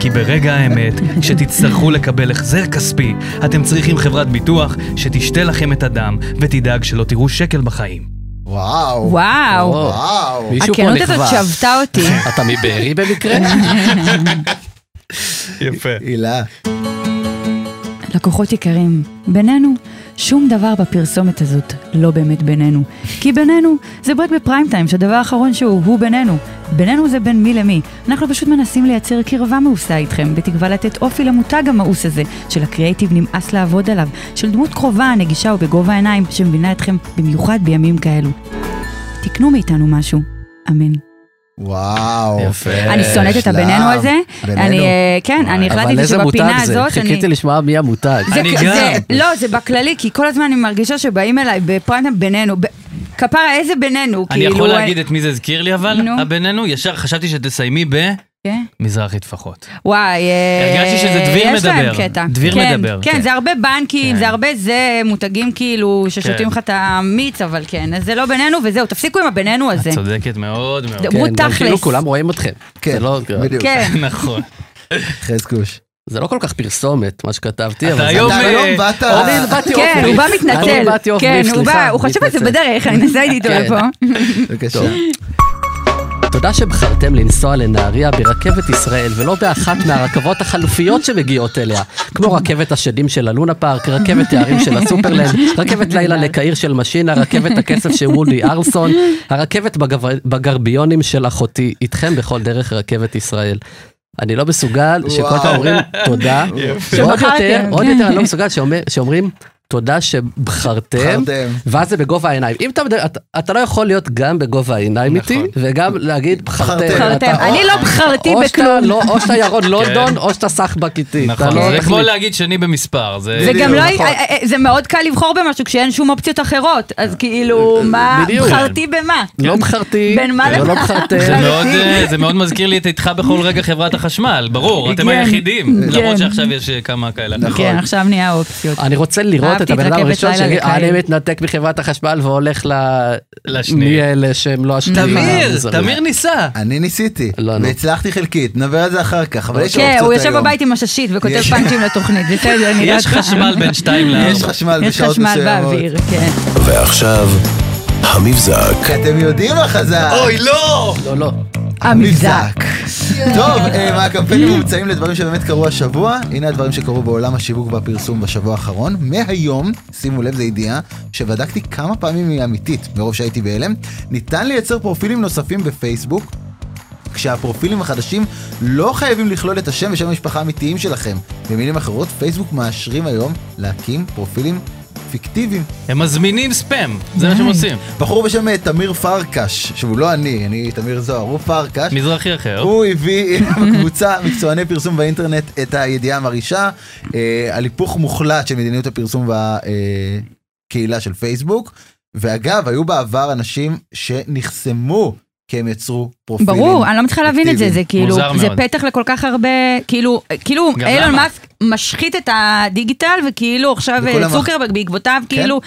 S4: כי ברגע האמת, כשתצטרכו לקבל החזר כספי, אתם צריכים חברת ביטוח שתשתה לכם את הדם, ותדאג שלא תראו שקל בחיים.
S1: וואו.
S2: וואו.
S3: וואו.
S1: וואו.
S3: מישהו פה
S2: הכנות הזאת
S3: נכווה.
S2: שבתה אותי.
S3: אתה מבארי במקרה?
S4: יפה.
S1: הילה,
S2: לקוחות יקרים, בינינו, שום דבר בפרסומת הזאת לא באמת בינינו. כי בינינו, זה בועט בפריים טיים, שהדבר האחרון שהוא, הוא בינינו. בינינו זה בין מי למי. אנחנו פשוט מנסים לייצר קרבה מאוסה איתכם, בתקווה לתת אופי למותג המאוס הזה, שלקריאייטיב נמאס לעבוד עליו, של דמות קרובה, נגישה ובגובה העיניים, שמבינה אתכם במיוחד בימים כאלו. תקנו מאיתנו משהו, אמן.
S1: וואו.
S3: יפה.
S2: אני שונאת את
S1: שלב.
S2: הבינינו הזה. אני, אה, כן, אני
S1: וואי.
S3: אבל
S2: החלטתי
S3: איזה
S2: שבפינה
S3: מותג זה?
S2: הזאת, אני...
S3: חיכיתי לשמוע מי המותג.
S2: זה,
S4: אני
S2: כ-
S4: גם.
S2: זה, לא, זה בכללי, כי כל הזמן אני מרגישה שבאים אליי בפריים בינינו. ב... כפרה, איזה בינינו?
S4: אני
S2: כאילו,
S4: יכול להגיד את מי זה הזכיר לי אבל,
S2: נו.
S4: בינינו, ישר חשבתי שתסיימי
S2: כן.
S4: במזרחי טפחות.
S2: וואי, אה,
S4: הרגשתי שזה דביר
S2: יש להם
S4: מדבר.
S2: קטע.
S4: דביר
S2: כן,
S4: מדבר,
S2: כן,
S4: כן.
S2: זה הרבה בנקים,
S4: כן.
S2: זה הרבה זה, מותגים כאילו ששותים
S4: כן.
S2: לך את המיץ, אבל כן, אז זה לא בינינו וזהו, תפסיקו עם הבינינו הזה.
S4: את צודקת מאוד מאוד.
S2: זה-
S3: כן,
S2: הוא
S3: גם כאילו
S2: תכלס.
S3: כולם רואים אתכם.
S1: כן,
S3: זה לא-
S1: בדיוק.
S2: כן,
S4: (laughs) נכון.
S1: חזקוש.
S3: זה לא כל כך פרסומת, מה שכתבתי, אבל
S4: אתה
S3: זה...
S4: היום...
S1: אתה
S4: אה,
S1: היום באת-
S3: אני באתי
S2: כן,
S3: אופי.
S2: הוא בא
S3: אני
S2: מתנצל.
S3: באתי אופי,
S2: כן, הוא
S3: סליחה.
S2: בא, הוא חשב על זה
S3: מתנצל.
S2: בדרך, אני נסעתי איתו
S3: כן.
S2: לפה.
S1: בבקשה.
S3: טוב. תודה שבחרתם לנסוע לנהריה ברכבת ישראל ולא באחת מהרכבות החלופיות שמגיעות אליה, כמו רכבת השדים של הלונה פארק, רכבת הערים של הסופרלנד, רכבת לילה לקהיר של משינה, רכבת הכסף של וודי ארלסון, הרכבת בגב- בגרביונים של אחותי, איתכם בכל דרך רכבת ישראל. אני לא מסוגל שכל
S1: וואו.
S3: פעם אומרים תודה, ועוד
S2: שבחרתם.
S3: יותר, עוד יותר אני לא מסוגל שאומר- שאומרים תודה שבחרתם,
S1: בחרתם.
S3: ואז זה בגובה העיניים. אם אתה, מדבר- אתה, אתה לא יכול להיות גם בגובה העיניים איתי,
S4: נכון.
S3: וגם להגיד בחרתם.
S1: בחרתם.
S3: אתה-
S2: בחרתם.
S3: או-
S2: אני לא בחרתי
S3: או שאתה
S2: בכלום.
S3: לא- או שאתה ירון לונדון, או שאתה סחבק איתי.
S4: כן. נכון,
S3: אתה לא
S4: זה כמו
S3: תחליט.
S4: להגיד שני במספר, זה...
S2: זה גם לא,
S3: נכון.
S2: אה, אה, זה מאוד קל לבחור במשהו כשאין שום אופציות אחרות, אז כאילו, מה,
S3: בדיוק.
S2: בחרתי במה?
S3: לא בחרתי,
S2: בין מה
S3: ולא
S2: למה?
S3: בחרתם.
S4: זה מאוד, אה, זה מאוד מזכיר לי את איתך בכל רגע חברת החשמל, ברור, אתם
S2: כן.
S4: היחידים,
S2: כן.
S4: למרות שעכשיו יש אה, כמה כאלה. נכון.
S2: כן, עכשיו נהיה אופציות.
S3: אני רוצה לראות את
S2: אהבתי את
S3: הבן אדם
S2: רכבת
S3: הראשון
S2: לילה
S3: שיגיד, אני
S2: לקהיר."
S3: מתנתק מחברת החשמל והולך ל...
S4: לשני.
S3: מי אלה שהם לא השניים.
S4: תמיר,
S3: המוזרים."
S4: תמיר ניסה.
S1: אני ניסיתי,
S3: לא, נו.
S1: והצלחתי חלקית, נדבר על זה אחר כך, אבל יש אופציות
S2: כן,
S1: היום.
S2: הוא יושב בבית עם הששית וכותב
S1: יש-
S2: פאנצ'ים לתוכנית, בסדר, אני לא
S4: יש חשמל בין שתיים
S1: יש
S4: לארבע.
S1: חשמל
S2: יש
S1: בשעות
S2: חשמל
S1: מסוימות.
S2: באוויר, כן.
S5: ועכשיו, המבזק.
S1: כי אתם יודעים מה חזק.
S4: אוי, לא!
S3: לא, לא.
S2: אה,
S1: מבזק. טוב, אה, מהקמפיינים מומצאים לדברים שבאמת קרו השבוע, הנה הדברים שקרו בעולם השיווק והפרסום בשבוע האחרון. מהיום, שימו לב, זו ידיעה שבדקתי כמה פעמים היא אמיתית, מרוב שהייתי בהלם, ניתן לייצר פרופילים נוספים בפייסבוק. כשהפרופילים החדשים לא חייבים לכלול את השם ושם המשפחה האמיתיים שלכם. במילים אחרות, פייסבוק מאשרים היום להקים פרופילים פיקטיביים.
S4: הם מזמינים ספאם, זה מה שהם עושים.
S1: בחור בשם אה, תמיר פרקש, שהוא לא אני, אני תמיר זוהר, הוא פרקש.
S4: מזרחי אחר.
S1: הוא הביא (laughs) לקבוצה מקצועני פרסום באינטרנט את הידיעה המרעישה אה, על היפוך מוחלט של מדיניות הפרסום והקהילה של פייסבוק. ואגב, היו בעבר אנשים שנחסמו כי הם יצרו פרופילים.
S2: ברור, אני לא מצליחה להבין את זה, זה כאילו,
S4: מוזר
S2: זה
S4: מאוד.
S2: פתח לכל כך הרבה, כאילו, כאילו,
S4: גם
S2: אילון
S4: למה?
S2: מאסק משחית את הדיגיטל, וכאילו עכשיו
S1: וכולם
S2: אה, צוקרברג בעקבותיו, כאילו,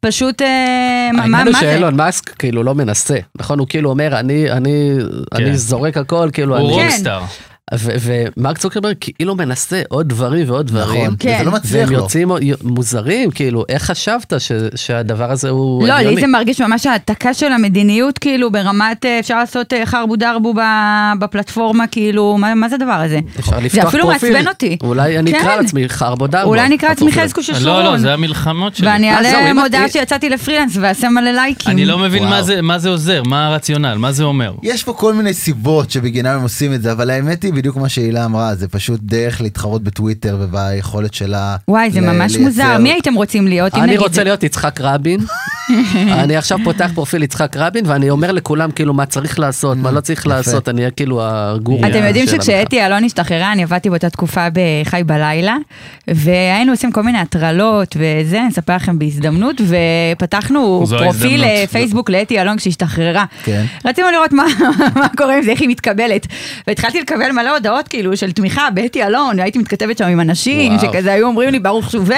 S2: פשוט, אה, מה- מה
S3: העניין הוא
S2: מה זה?
S3: שאילון מאסק כאילו לא מנסה, נכון? הוא כאילו אומר, אני, אני, אני זורק הכל, כאילו,
S4: כן. הוא
S3: אני...
S2: כן.
S4: רוקסטאר.
S3: ו- ומרק צוקרברג כאילו מנסה עוד דברים ועוד דברים.
S1: נכון,
S2: כן.
S1: וזה לא מצליח
S3: והם
S1: לו.
S3: יוצאים מוזרים, כאילו, איך חשבת ש- שהדבר הזה הוא
S2: לא, לי
S3: הגיוני?
S2: זה מרגיש ממש העתקה של המדיניות, כאילו, ברמת, אה, אפשר לעשות אה, חרבו דרבו ב- בפלטפורמה, כאילו, מה מה זה הדבר הזה?
S3: אפשר לפתוח
S2: אפילו
S3: פרופיל.
S2: מעצבן אותי.
S3: אולי אני אקרא
S2: כן.
S3: לעצמי חרבו דרבו.
S2: אולי נקרא עצמי
S3: בפרופיל.
S2: חזקו של
S4: לא, לא,
S2: שרון,
S4: זה המלחמות שלי.
S2: ואני
S3: אה, זהו,
S2: אעלה
S3: אם את-
S2: מודעה שיצאתי לפרילנס ואעשה מלא לייקים.
S4: אני לא מבין
S1: וואו.
S4: מה זה- מה זה עוזר, מה הרציונל, מה זה אומר.
S1: יש פה כל מיני סיבות שבגינם הם עושים את זה, אבל האמת היא בדיוק מה שהילה אמרה, זה פשוט דרך להתחרות בטוויטר וביכולת שלה
S2: וואי, זה
S1: ל-
S2: ממש
S1: לייצר-
S2: מוזר. מי הייתם רוצים להיות? אם
S3: אני
S2: נגיד-
S3: רוצה להיות יצחק
S2: (laughs)
S3: רבין. אני עכשיו פותח פרופיל יצחק רבין, ואני אומר לכולם כאילו מה צריך לעשות, מה לא צריך לעשות, אני אהיה כאילו הגורו.
S4: יאללה,
S2: אתם יודעים
S3: של המחאה.
S2: שכשאתי אלון השתחררה, אני עבדתי באותה תקופה בחי בלילה, והיינו עושים כל מיני הטרלות וזה, אני אספר לכם בהזדמנות, ופתחנו
S4: זו
S2: פרופיל
S4: ההזדמנות.
S2: אה, פייסבוק לאתי אלון כשהשתחררה.
S1: כן.
S2: רצינו לראות מה (laughs) מה קורה עם זה, איך היא מתקבלת. והתחלתי לקבל מלא הודעות כאילו של תמיכה באתי אלון, והייתי מתכתבת שם עם אנשים,
S3: וואו.
S2: שכזה היו אומרים לי ברוך שובך,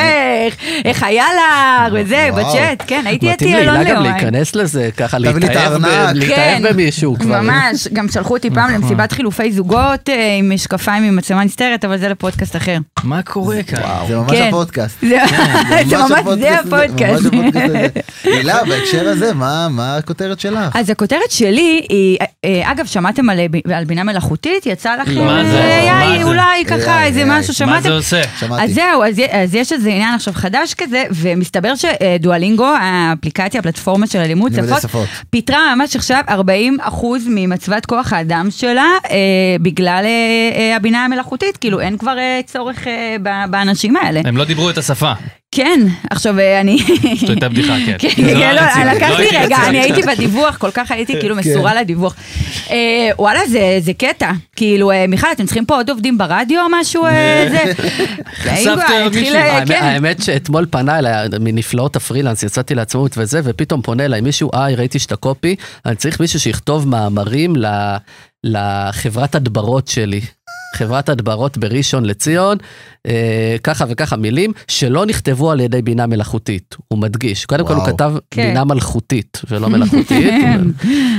S2: איך היה לך, וזה,
S1: וואו.
S2: בצ'אט, כן, הייתי
S3: מתאים
S2: אתי אלון
S3: להילה גם
S2: ליומיים.
S3: להיכנס לזה, ככה
S1: תביא לי את
S3: להתאהב ב-
S1: הארנק.
S3: להתאהב
S2: כן.
S3: במישהו כבר.
S2: ממש, גם שלחו אותי פעם למסיבת חילופי זוגות אה, עם משקפיים עם מצלמה נסתרת, אבל זה לפודקאסט אחר.
S4: מה קורה כאן?
S1: זה ממש
S2: כן.
S1: הפודקאסט.
S2: זה (laughs) זה ממש זה
S1: הזה,
S2: הפודקאסט.
S1: ממש הפודקאסט הזה. הילה, בהקשר הזה, מה מה הכותרת שלך?
S2: אז הכותרת שלי היא, אה, אה, אגב, שמעתם על, אה, על בינה מלאכותית? יצא לכם,
S4: מה זה?
S2: אה,
S4: מה
S2: AI,
S4: זה?
S2: אולי ככה
S1: AI,
S2: איזה משהו,
S4: מה
S2: שמעתם?
S4: זה עושה?
S1: שמעתי.
S2: אז זהו, אז, י- אז יש איזה עניין עכשיו חדש כזה, ומסתבר שדואלינגו, האפליקציה, הפלטפורמה של הלימוד
S1: לימודי
S2: שפות,
S1: שפות.
S2: פיטרה ממש עכשיו 40 אחוז ממצבת כוח האדם שלה, אה, בגלל אה, אה, הבינה המלאכותית, כאילו אין כבר אה, צורך אה, ב- באנשים האלה.
S4: הם לא דיברו את השפה.
S2: כן, עכשיו אה, אני...
S4: זאת הייתה בדיחה, כן.
S2: כן,
S4: זה לא היה
S2: כן, לא,
S4: רציני,
S2: לקח
S4: לא
S2: לי
S4: הייתי
S2: רגע,
S4: רציני.
S2: אני הייתי בדיווח, כל כך הייתי כאילו מסורה לדיווח. אה, וואלה, זה- זה קטע. כאילו, אה, מיכל, אתם צריכים פה עוד עובדים ברדיו או משהו? אה, זה?
S4: חשפת
S2: אה,
S4: עוד
S2: התחיל,
S4: מישהו.
S2: אה,
S3: האמת-
S2: כן.
S3: האמת שאתמול פנה אליי אה, מנפלאות הפרילנס, יצאתי לעצמאות וזה, ופתאום פונה אליי מישהו, היי, ראיתי שאתה קופי, אני צריך מישהו שיכתוב מאמרים ל- לחברת הדברות שלי. חברת הדברות בראשון לציון, אה, ככה וככה מילים, שלא נכתבו על ידי בינה מלאכותית, הוא מדגיש. קודם כל הוא
S1: וואו.
S3: כתב
S2: כן.
S3: בינה מלכותית ולא מלאכותית.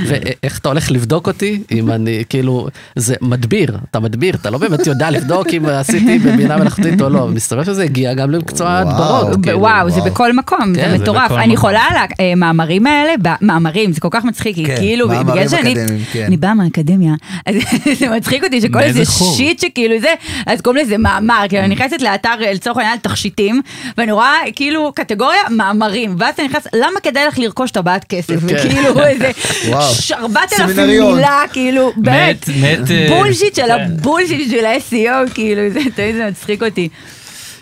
S3: ואיך אתה הולך לבדוק אותי, אם אני, כאילו, זה מדביר, אתה מדביר, אתה לא באמת יודע לבדוק אם עשיתי בבינה מלאכותית או לא, מסתבר שזה הגיע גם למקצוע
S1: וואו.
S3: ההדברות.
S1: ב-
S3: כאילו.
S2: וואו, זה
S1: וואו.
S2: בכל מקום,
S3: כן,
S2: זה
S3: זה
S2: מטורף.
S4: בכל
S2: אני
S4: מקום.
S2: חולה על המאמרים האלה, ב- מאמרים, זה כל כך מצחיק, כי
S1: כן,
S2: כאילו,
S1: מאמרים
S2: בגלל שאני...
S1: אקדמיים, כן.
S2: אני באה מהאקדמיה, אז (laughs) זה מצחיק אותי שכל
S4: מאיזה
S2: איזה
S4: חור?
S2: שיט שכאילו זה, אז קוראים לזה מאמר, כאילו אני נכנסת לאתר אה, לצורך העניין תכשיטים, ואני רואה כאילו קטגוריה מאמרים, ואז אתה נכנס, למה כדאי לך לרכוש טבעת כסף? וכאילו איזה
S1: וואו.
S2: ש- 4,000
S1: סמינריון.
S2: מילה, כאילו, באמת,
S4: מת, מת... אה,
S2: בולשיט של
S4: כן.
S2: הבולשיט של ה-SEO, כאילו, זה תמיד זה מצחיק אותי.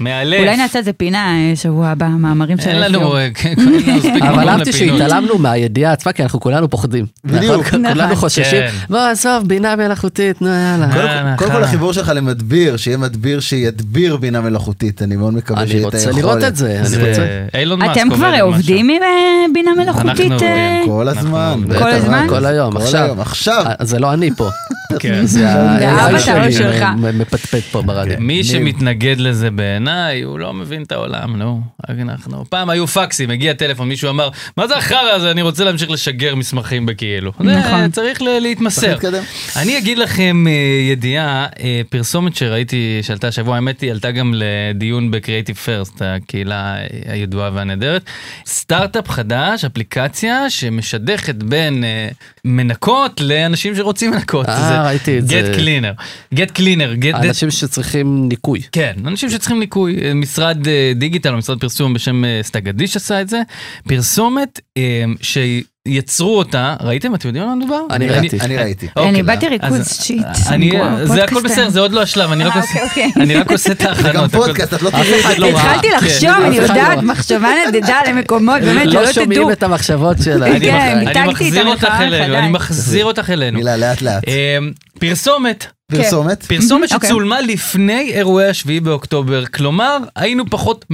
S4: מאלף.
S2: אולי נעשה איזה פינה אה, שבוע הבא, מאמרים של E
S4: אין לנו
S2: SEO.
S4: אה, כן, אין לנו מספיק
S3: אבל
S4: מקום
S3: אהבתי
S4: לפינות.
S3: שהתעלמנו מהידיעה עצמה, כי אנחנו כולנו פוחדים.
S1: בדיוק.
S3: אנחנו כולנו
S2: נכון.
S3: חוששים.
S4: כן.
S3: בוא, עזוב, בינה מלאכותית, נו, יאללה.
S1: קודם
S4: אה,
S1: כל- קודם כל
S4: נכון.
S1: החיבור שלך למדביר, שיהיה מדביר שידביר בינה מלאכותית, אני מאוד מקווה
S3: אני
S1: שיהיה את היכולת.
S3: רוצה לראות את זה, אני רוצה.
S4: זה אילון מאסק
S2: אתם כבר
S4: עובד על משהו.
S2: עובדים עם אה, בינה מלאכותית?
S4: אנחנו
S2: אה?
S4: עובדים.
S1: כל הזמן.
S4: כל
S1: בטח,
S2: הזמן?
S1: רק-
S3: כל היום, עכשיו.
S1: כל היום, עכשיו.
S3: אה, זה לא אני פה. אה,
S4: כן.
S3: זה ה-
S2: אבא
S3: AI
S2: שלו
S3: שלי
S2: שלך.
S3: אה, מ- מפטפט פה ברדיו.
S4: מי שמתנגד לזה בעיניי, הוא לא מבין את העולם, נו. רק אנחנו. פעם היו פקסים, הגיע טלפון, מישהו אמר, מה זה החרא הזה, אני רוצה להמשיך לשגר מסמכים בכאילו. זה,
S2: נכון.
S4: צריך ל- להתמסר.
S1: צריך להתקדם.
S4: אני אגיד לכם אה, ידיעה, אה, פרסומת שראיתי, שעלתה השבוע, האמת היא, עלתה גם לדיון בקריאיטיב פרסט, הקהילה אה, הידועה והנהדרת. סטארט-אפ חדש, אפליקציה שמשדכת בין אה, מנקות לאנשים שרוצים לנקות.
S3: אה, ראיתי את זה. אה,
S4: גט קלינר. גט קלינר.
S3: אנשים שצריכים ניקוי.
S4: כן, אנשים שצריכים ליקוי, אה, משרד אה, דיגיטל או משרד פרסום בשם אה, סטגדיש עשה את זה, פרסומת אה, שיצרו אותה, ראיתם? אתם יודעים על מה מדובר?
S3: אני ראיתי.
S1: אני ראיתי.
S4: אוקיי.
S2: אני באתי ריכוז,
S4: אז-
S2: שיט.
S4: אני-
S2: וואו,
S4: זה
S2: פודקאסט
S4: הכל בסדר,
S2: היה.
S4: זה עוד לא השלב, אני רק
S2: אה,
S4: עושה-
S2: אוקיי, אוקיי.
S4: אני רק עושה את
S1: זה
S4: ההכנות.
S1: גם
S4: הכל-
S1: פודקאסט, את לא
S3: אף
S4: (laughs)
S1: תראי.
S3: אחד לא ראה.
S2: התחלתי לחשוב,
S3: כן,
S2: אני
S3: אף אחד לא
S2: יודעת,
S3: ראה.
S2: מחשבה נדדה למקומות, באמת,
S3: לא
S2: שלא
S3: שומעים
S2: תדעו.
S3: את המחשבות שלה.
S4: אני-
S2: כן,
S4: אני
S2: מיתגתי את
S4: מחזיר
S2: המחאה
S4: אותך אלינו,
S2: מחדש.
S4: אני מחזיר אותך אלינו.
S1: מילה לאט לאט.
S4: אה, כן. פרסומת,
S1: פרסומת.
S4: פרסומת
S2: אוקיי.
S4: שצולמה לפני אירועי השביעי באוקטובר, כלומר, היינו פחות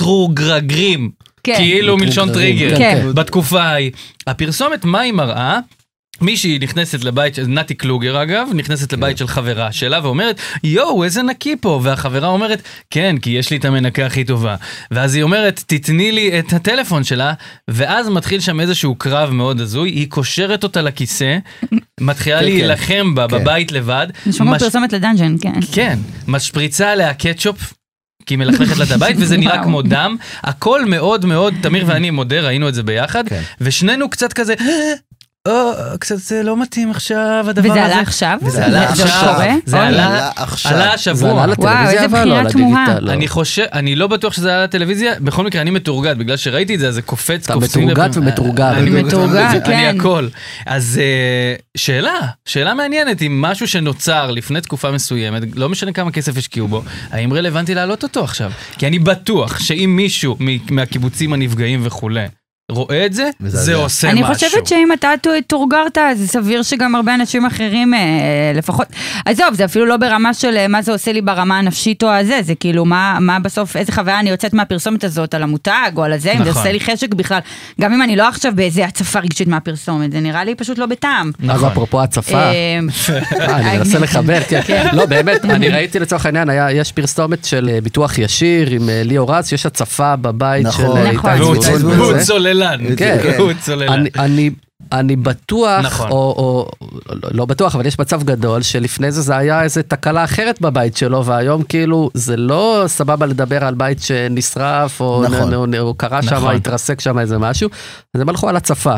S4: מטרוגרגרים.
S2: כן.
S4: כאילו מלשון טריגר,
S2: כן.
S4: בתקופה ההיא. הפרסומת, מה היא מראה? מישהי נכנסת לבית, של- נתי קלוגר אגב, נכנסת
S1: כן.
S4: לבית של חברה שלה ואומרת, יואו, איזה נקי פה. והחברה אומרת, כן, כי יש לי את המנקה הכי טובה. ואז היא אומרת, תתני לי את הטלפון שלה, ואז מתחיל שם איזשהו קרב מאוד הזוי, היא קושרת אותה לכיסא, מתחילה
S1: כן, כן.
S4: להילחם בה
S1: כן.
S4: בבית לבד.
S2: נשמע כמו
S4: מש-
S2: פרסומת לדאנג'ן, כן.
S4: כן, משפריצה עליה קטשופ. כי היא מלכלכת לה את הבית וזה נראה
S2: וואו.
S4: כמו דם, הכל מאוד מאוד, תמיר ואני מודה, ראינו את זה ביחד,
S1: כן.
S4: ושנינו קצת כזה, "אה, אה, קצת זה לא מתאים עכשיו הדבר הזה.
S2: וזה עלה עכשיו?
S1: וזה עלה
S2: זה עוד
S1: עכשיו.
S2: קורה?
S4: זה
S2: אוי.
S4: עלה
S1: עלה עכשיו.
S4: עלה
S3: זה
S4: השבוע.
S3: עלה לטלוויזיה,
S2: איזה
S3: אבל לא על
S2: בחירה תמוהה.
S3: הדיגיטל. לא.
S4: אני חושב, אני לא בטוח שזה עלה לטלוויזיה, בכל מקרה אני מתורגת, בגלל שראיתי את זה, אז זה קופץ,
S3: אתה
S4: קופצים.
S3: מתורגת
S4: לפעמים.
S3: ומתורגל.
S4: אני
S2: מתורגל,
S4: מתורגל,
S2: כן.
S4: אני הכל. אז אה, שאלה, שאלה מעניינת, אם משהו שנוצר לפני תקופה מסוימת, לא משנה כמה כסף השקיעו בו, האם רלוונטי להעלות אותו עכשיו? כי אני בטוח שאם מישהו מ- מהקיבוצים הנפגעים וכולי רואה את זה,
S1: מזעזע.
S4: זה עושה משהו.
S2: אני חושבת שאם אתה ת- תורגרת, אז סביר שגם הרבה אנשים אחרים אה, לפחות... עזוב, זה אפילו לא ברמה של אה, מה זה עושה לי ברמה הנפשית או הזה, זה כאילו מה, מה בסוף, איזה חוויה אני יוצאת מהפרסומת הזאת, על המותג או על הזה, אם זה
S4: נכון.
S2: עושה לי חשק בכלל. גם אם אני לא עכשיו באיזה הצפה רגשית מהפרסומת, זה נראה לי פשוט לא בטעם.
S3: אז
S4: נכון.
S3: אפרופו הצפה,
S2: אה,
S3: אה, אני מנסה לחבר, כן. לא, באמת, אני ראיתי לצורך העניין, היה- יש פרסומת של אה, ביטוח ישיר עם אה, ליאור רז, יש הצפה בבית של
S1: נכון.
S3: אה,
S2: נכון.
S3: איתי
S4: והוא
S1: זה-
S3: זבולון
S1: זה-
S4: צ- הוא
S3: וזה.
S4: צוללן,
S3: כן.
S4: (laughs) הוא צוללן.
S3: אני- אני... אני בטוח,
S4: נכון.
S3: או, או לא- לא בטוח, אבל יש מצב גדול שלפני זה זה היה איזה תקלה אחרת בבית שלו, והיום כאילו זה לא סבבה לדבר על בית שנשרף, או,
S1: נכון.
S3: נ, נ, נ, או קרה שם,
S4: נכון.
S3: התרסק שם איזה משהו, אז הם הלכו על הצפה.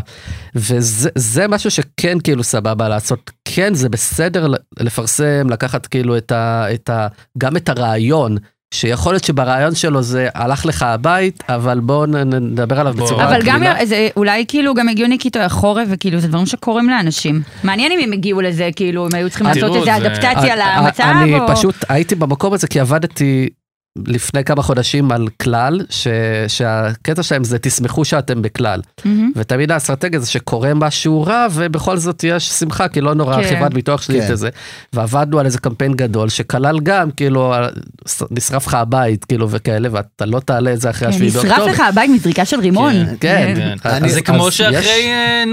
S3: וזה זה משהו שכן כאילו סבבה לעשות, כן זה בסדר ל- לפרסם, לקחת כאילו את ה, את ה, גם את הרעיון. שיכול להיות שברעיון שלו זה הלך לך הבית, אבל בואו נ- נ- נדבר עליו
S4: בוא.
S3: בצורה...
S2: אבל גם
S3: קלילה.
S2: זה אולי כאילו גם הגיוני כי אתה חורף וכאילו זה דברים שקורים לאנשים. מעניין אם הם הגיעו לזה כאילו אם היו צריכים
S4: תראו,
S2: לעשות איזה
S4: זה-
S2: אדפטציה
S3: אה,
S2: למצב
S3: אני
S2: או...
S3: פשוט הייתי במקום הזה כי עבדתי לפני כמה חודשים על כלל, ש, שהקטע שלהם זה תסמכו שאתם בכלל.
S2: מהמם.
S3: ותמיד האסטרטגיה זה שקורה משהו רע ובכל זאת יש שמחה כי לא נורא
S2: כן.
S3: חברת ביטוח שלי
S1: כן.
S3: את זה. ועבדנו על איזה קמפיין גדול שכלל גם כאילו נשרף לך הבית כאילו וכאלה ואתה לא תעלה את זה אחרי
S2: כן,
S3: השביעי באוקטובר.
S2: נשרף לך הבית מזריקה של רימון.
S4: כן,
S3: כן.
S4: כן.
S3: אז-
S4: אז זה
S3: אז
S4: כמו
S3: יש-
S4: שאחרי אה,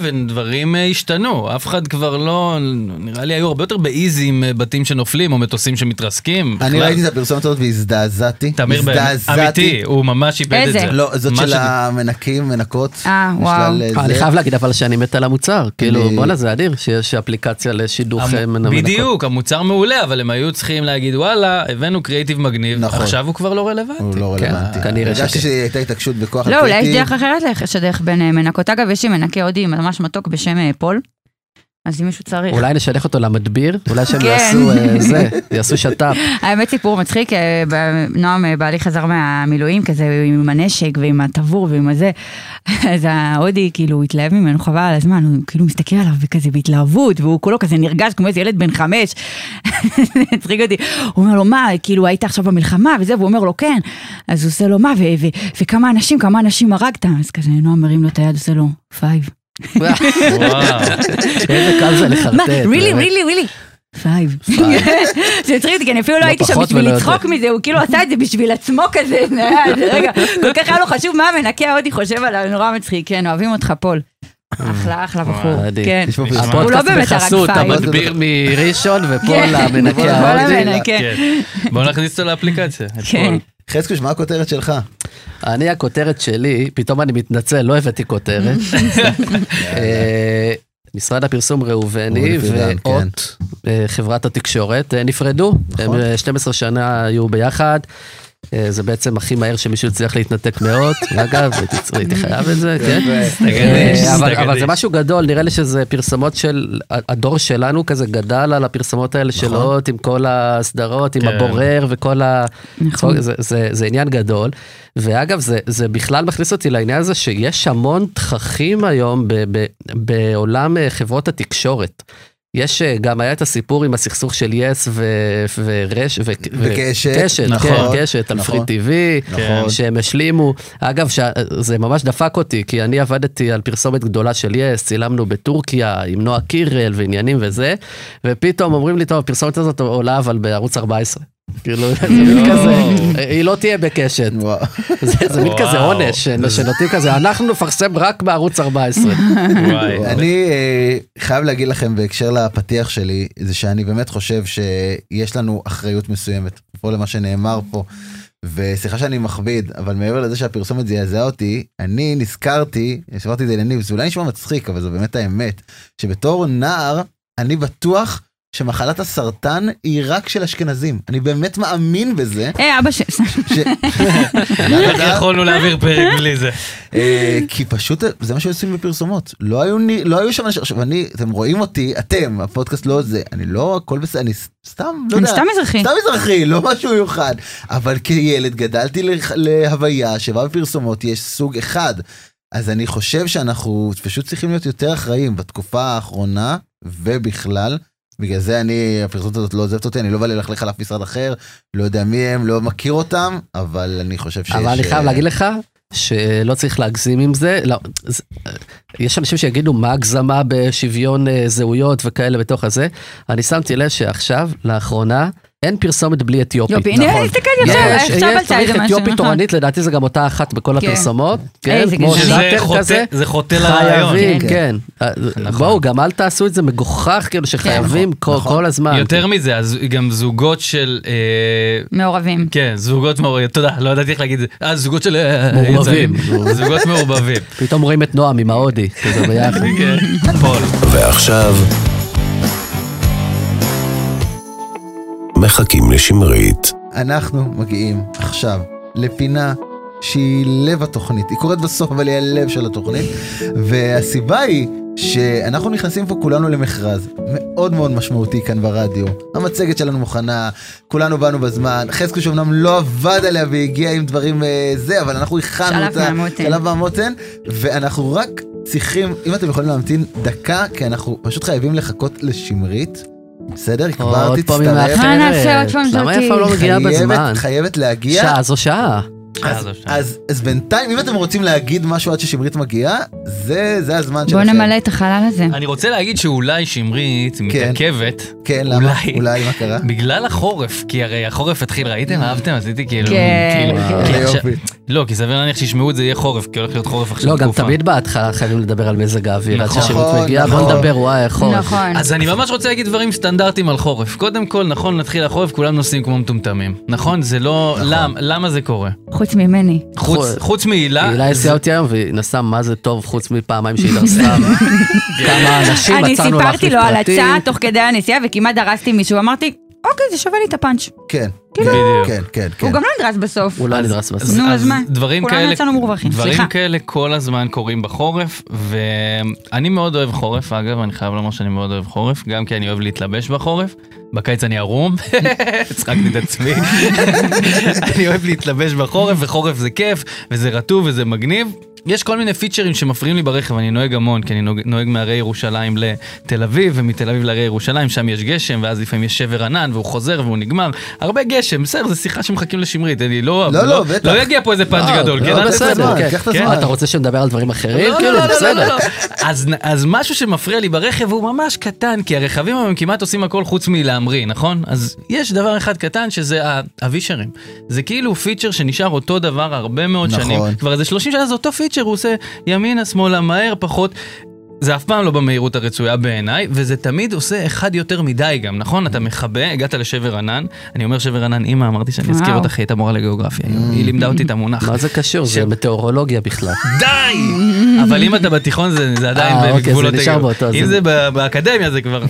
S4: 9-11 דברים אה, השתנו, אף אחד כבר לא, נראה לי היו הרבה יותר באיזי עם אה, בתים שנופלים או מטוסים שמתרסקים.
S1: אני
S4: בכלל.
S1: ראיתי את הפרסומת הזאת והזדעזעתי.
S4: תמיר בהם, אמיתי, הוא ממש איבד את
S2: איזה?
S4: זה.
S1: לא, זאת
S4: מה
S1: של
S4: שזה-
S1: המנקים, מנקות.
S2: כן. אה, וואו.
S1: בשלל, אה,
S3: אני
S1: זה.
S3: חייב להגיד אבל שאני מת על המוצר, כאילו
S1: אני-
S3: בואנה זה אדיר שיש אפליקציה לשידוך
S4: המ-
S3: אה, מנ- מנקות.
S4: בדיוק, המוצר מעולה, אבל הם היו צריכים להגיד וואלה, הבאנו קריאיטיב מגניב,
S1: נכון.
S4: עכשיו הוא כבר לא
S1: הוא
S4: רלוונטי.
S1: לא
S3: כן,
S1: רלוונטי.
S3: כנראה
S1: הרגשתי
S3: שכן.
S1: שהייתה התעקשות בכוח
S2: לא, אולי יש
S1: הקריטי.
S2: דרך אחרת לשדך בין אה, מנקות. אגב, יש לי מנקה הודי ממש מתוק בשם אה, פול, אז אם מישהו צריך.
S3: אולי נשלח אותו למדביר, אולי שהם
S2: כן.
S3: יעשו אה, זה, יעשו
S2: (laughs)
S3: שת"פ.
S2: האמת סיפור מצחיק, אה, ב- נועם אה, בעלי חזר מהמילואים כזה עם הנשק ועם הטבור ועם הזה, (laughs) אז ההודי כאילו הוא התלהב ממנו חבל על הזמן, הוא כאילו מסתכל עליו וכזה בהתלהבות, והוא כולו כזה נרגש כמו איזה ילד בן חמש, (laughs) זה הצחיק אותי, הוא אומר לו מה, כאילו היית עכשיו במלחמה וזה, והוא אומר לו כן, אז הוא עושה לו מה, ו- ו- וכמה אנשים, כמה אנשים הרגת, אז כזה נועם מרים לו את היד, עושה לו פייב.
S4: וואו.
S3: איזה קל זה לחרטט.
S2: מה, really,
S3: באמת.
S2: really, really. פייב. (laughs) זה הצחיק אותי, כי אני אפילו לא
S3: לא
S2: הייתי שם
S3: פחות
S2: בשביל
S3: ולא
S2: לצחוק
S3: יותר.
S2: מזה, הוא כאילו עשה את זה בשביל עצמו כזה, (laughs) זה היה- זה רגע, כל כך היה לו חשוב מה המנקה ההודי חושב עליו, נורא מצחיק, כן, אוהבים אותך פול. אחלה, אחלה בחור,
S3: מדהים.
S2: כן.
S1: יש פה פרסומת.
S2: הוא לא
S3: הפודקאסט
S2: באמת הרג
S3: בחסות,
S2: פייל.
S3: המדביר מראשון
S2: כן.
S3: ופה למנקה
S1: כל
S2: כל
S3: ההודי.
S1: ההודי.
S2: המנקה.
S4: כן. בואו נכניס אותו לאפליקציה. את
S2: כן.
S4: כל.
S1: חזקוש, מה הכותרת שלך?
S3: אני הכותרת שלי, פתאום אני מתנצל, לא הבאתי
S1: (laughs)
S3: כותרת. אה, משרד הפרסום ראובני
S1: ראובני פילן,
S3: ואות, אה, חברת התקשורת, אה, נפרדו.
S1: כן. נכון.
S3: הם אה, 12 שנה היו ביחד. אה, זה בעצם הכי מהר שמישהו הצליח להתנתק
S1: (laughs)
S3: מאות, אגב, הייתי צר- הייתי חייב את זה, כן.
S4: סטגדיש,
S3: אה, אבל- אבל
S4: סטגדיש.
S3: זה משהו גדול, נראה לי שזה פרסמות של, הדור שלנו כזה גדל על הפרסמות האלה של
S1: נכון.
S3: הוט, עם כל הסדרות, עם
S4: כן.
S3: הבורר וכל ה...
S2: נכון.
S3: זה, זה, זה עניין גדול, ואגב זה, זה בכלל מכניס אותי לעניין הזה שיש המון תככים היום ב, ב, בעולם אה, חברות התקשורת. יש אה, גם היה את הסיפור עם הסכסוך של יס ו, ורש ו,
S1: וקשת,
S3: קשת,
S1: נכון,
S3: כן, קשת על
S1: נכון.
S3: פרי טיווי,
S1: נכון.
S3: שהם השלימו. אגב, ש... זה ממש דפק אותי, כי אני עבדתי על פרסומת גדולה של יס, צילמנו בטורקיה עם נועה קירל ועניינים וזה, ופתאום אומרים לי, טוב, הפרסומת הזאת עולה אבל בערוץ 14.
S4: (laughs)
S3: כאילו, זה מין כזה, היא לא תהיה בקשת. (laughs)
S1: וואו.
S3: זה זה מין
S4: וואו.
S3: כזה עונש, שנ- שנותנים כזה, אנחנו נפרסם רק בערוץ
S4: (laughs)
S3: 14.
S4: וואי.
S1: (laughs) אני אה, חייב להגיד לכם בהקשר לפתיח שלי, זה שאני באמת חושב שיש לנו אחריות מסוימת, פה למה שנאמר פה, וסליחה שאני מכביד, אבל מעבר לזה שהפרסומת זעזעה אותי, אני נזכרתי, הסברתי את זה לניב, זה אולי נשמע מצחיק, אבל זו באמת האמת, שבתור נער, אני בטוח שמחלת הסרטן היא רק של אשכנזים. אני באמת מאמין בזה.
S2: היי, אה, אבא של...
S1: ש...
S4: איך יכולנו להעביר פרק בלי זה?
S1: אה, כי פשוט זה מה שהיו עושים בפרסומות לא היו ני- לא היו שם אנשים עכשיו אני אתם רואים אותי אתם הפודקאסט לא זה אני לא הכל בסדר אני ס- סתם לא
S2: אני
S1: יודע
S2: סתם אזרחי.
S1: סתם אזרחי לא משהו מיוחד אבל כילד גדלתי לח- להוויה שבה בפרסומות יש סוג אחד אז אני חושב שאנחנו פשוט צריכים להיות יותר אחראים בתקופה האחרונה ובכלל. בגלל זה אני, הפרסומת הזאת לא עוזבת אותי, אני לא בא ללכלך על אף משרד אחר, לא יודע מי הם, לא מכיר אותם, אבל אני חושב שיש...
S3: אבל אני
S1: אה,
S3: חייב להגיד לך שלא צריך להגזים עם זה. לא, זה- יש אנשים שיגידו מה הגזמה בשוויון אה, זהויות וכאלה בתוך הזה. אני שמתי לב שעכשיו, לאחרונה, אין פרסומת בלי אתיופית.
S2: יופי, הנה, הסתכלתי עכשיו,
S3: נכון. יש,
S2: עכשיו
S3: יש,
S2: עלתה
S3: צריך
S2: איזה משהו,
S3: אתיופית
S2: נכון.
S3: תורנית, לדעתי זה גם אותה אחת בכל
S2: כן.
S3: הפרסומות. כן,
S2: איזה
S3: כמו
S2: גזען.
S4: שזה
S3: שאטר
S4: חוטא-
S3: כזה.
S4: זה חוטא לרעיון.
S3: חייבים,
S1: כן.
S3: כן. אה, בואו, גם אל תעשו את זה מגוחך, כאילו שחייבים כל- כל הזמן.
S4: יותר מזה, אז גם זוגות של... אה,
S2: נכון. מעורבים.
S4: כן, זוגות מעורבים, תודה, לא ידעתי איך להגיד את זה. אה, זוגות של... אה,
S3: מעורבבים.
S4: יצרים. זוגות מעורבבים.
S3: פתאום רואים את נועם עם ההודי, כזה ביחד.
S4: כן, פול.
S5: ועכשיו, מחכים לשמרית.
S1: אנחנו מגיעים עכשיו לפינה שהיא לב התוכנית. היא קורית בסוף, אבל היא הלב של התוכנית. והסיבה היא שאנחנו נכנסים פה כולנו למכרז מאוד מאוד משמעותי כאן ברדיו. המצגת שלנו מוכנה, כולנו באנו בזמן. חזקוש אמנם לא עבד עליה והגיע עם דברים אה, זה, לא- אבל אנחנו הכנו
S2: שלב
S1: אותה.
S2: מהמותן.
S1: שלב מהמותן. ואנחנו רק צריכים, אם אתם יכולים להמתין דקה, כי אנחנו פשוט חייבים לחכות לשמרית. בסדר? היא כבר
S3: עוד פעם עם
S1: תצטרף.
S3: האחרת.
S2: מה נעשה עוד פעם
S3: למה היא אף
S2: זאתי?
S3: פעם לא מגיעה
S1: חייבת-
S3: בזמן?
S1: חייבת להגיע.
S3: שעה זו שעה.
S1: אז,
S4: אה, לא שם.
S1: אז, אז בינתיים, אם אתם רוצים להגיד משהו עד ששמרית מגיעה, זה, זה הזמן
S2: בוא
S1: שלכם.
S2: נמלא את החלל הזה.
S4: אני רוצה להגיד שאולי שמרית מתעכבת
S1: כן, למה?
S4: אולי.
S1: אולי, מה
S4: (laughs)
S1: קרה?
S4: בגלל החורף, כי הרי החורף התחיל, ראיתם? אהבתם? עשיתי כאילו...
S2: כן,
S4: כאילו-
S2: כן.
S4: כי
S1: אה,
S4: עכשיו-
S1: יופי.
S4: לא, כי סביר להניח שישמעו את זה יהיה חורף, כי הולך להיות חורף עכשיו
S3: לא, גם
S4: תקופה.
S3: תמיד בהתחלה חייבים לדבר על מזג האוויר, עד
S4: נכון.
S3: ששירות מגיע,
S1: נכון.
S3: בוא נדבר, וואי, חורף.
S2: נכון.
S4: אז אני ממש רוצה להגיד דברים סטנדרטיים על חורף. קודם כל, נכון, נתחיל החורף, כולם נוסעים כמו מטומטמים. נכון? זה לא... למ- למה זה קורה?
S2: חוץ ממני.
S4: חוץ- חוץ מהילה...
S3: הילה
S4: זה-
S3: הסיעה אותי היום והיא נסעה מה זה טוב חוץ מפעמיים שהיא דרסה כמה אנשים
S2: אני
S3: עצרנו להחליף
S2: סיפרתי לו על
S3: פרטים.
S2: הצעה תוך כדי הנסיעה וכמעט דרסתי מישהו, אמרתי, אוקיי, זה שווה לי את הפאנץ'.
S1: כן,
S4: בדיוק.
S1: כן, כן, כן.
S2: כאילו- הוא גם לא נדרס בסוף.
S3: הוא לא נדרס בסוף.
S2: נו, אז מה?
S4: דברים
S2: כולנו
S4: כאלה,
S2: יצאנו מורווחים, סליחה.
S4: דברים כאלה כל הזמן קורים בחורף, ואני מאוד אוהב חורף, אגב, אני חייב לומר שאני מאוד אוהב חורף, גם כי אני אוהב להתלבש בחורף. בקיץ אני ערום, (laughs) הצחקתי את עצמי. (laughs) אני אוהב להתלבש בחורף, וחורף זה כיף, וזה רטוב וזה מגניב. יש כל מיני פיצ'רים שמפריעים לי ברכב, אני נוהג המון, כי אני נוהג- נוהג מהרי ירושלים לתל אביב, ומתל אביב להרי ירושלים, שם יש גשם, ואז לפעמים יש שבר ענן, והוא חוזר והוא נגמר. הרבה גשם, בסדר, זו שיחה שמחכים לשמרית, אני לא...
S1: לא, לא, בטח.
S4: לא יגיע פה איזה פאנץ'
S3: לא,
S4: גדול,
S3: לא,
S4: כן? אל
S1: בסדר,
S4: תעשה את זה.
S1: כן.
S3: כן.
S1: קח את
S3: כן.
S1: הזמן.
S3: אתה רוצה שנדבר על דברים אחרים?
S4: לא, לא,
S3: כאילו,
S4: לא, לא, לא,
S3: בסדר.
S4: לא. אז נ- אז משהו שמפריע לי ברכב הוא ממש קטן, כי הרכבים היום הם כמעט עושים הכל חוץ מלהמריא, נכון? אז יש דבר אחד קטן שזה ה- הווישרים. זה כאילו פיצ'ר שנשאר אותו דבר הרבה מאוד
S1: נכון.
S4: שנים. כבר איזה 30 שנה זה אותו פיצ'ר, הוא עושה ימינה, שמאלה, מהר, פחות. זה אף פעם לא במהירות הרצויה בעיניי, וזה תמיד עושה אחד יותר מדי גם, נכון? אתה מכבה, הגעת לשבר ענן, אני אומר שבר ענן, אימא, אמרתי שאני אזכיר
S2: וואו.
S4: אותך, היא הייתה מורה לגיאוגרפיה, היום. היא לימדה אותי את המונח.
S3: מה זה קשור?
S4: ש-
S3: זה מטאורולוגיה בכלל.
S4: די! אבל אם אתה בתיכון זה, זה עדיין
S3: אה, אוקיי, זה
S4: בגבולות
S3: נשאר באותו,
S4: אם
S3: זה-
S4: זה ב- באקדמיה זה כבר...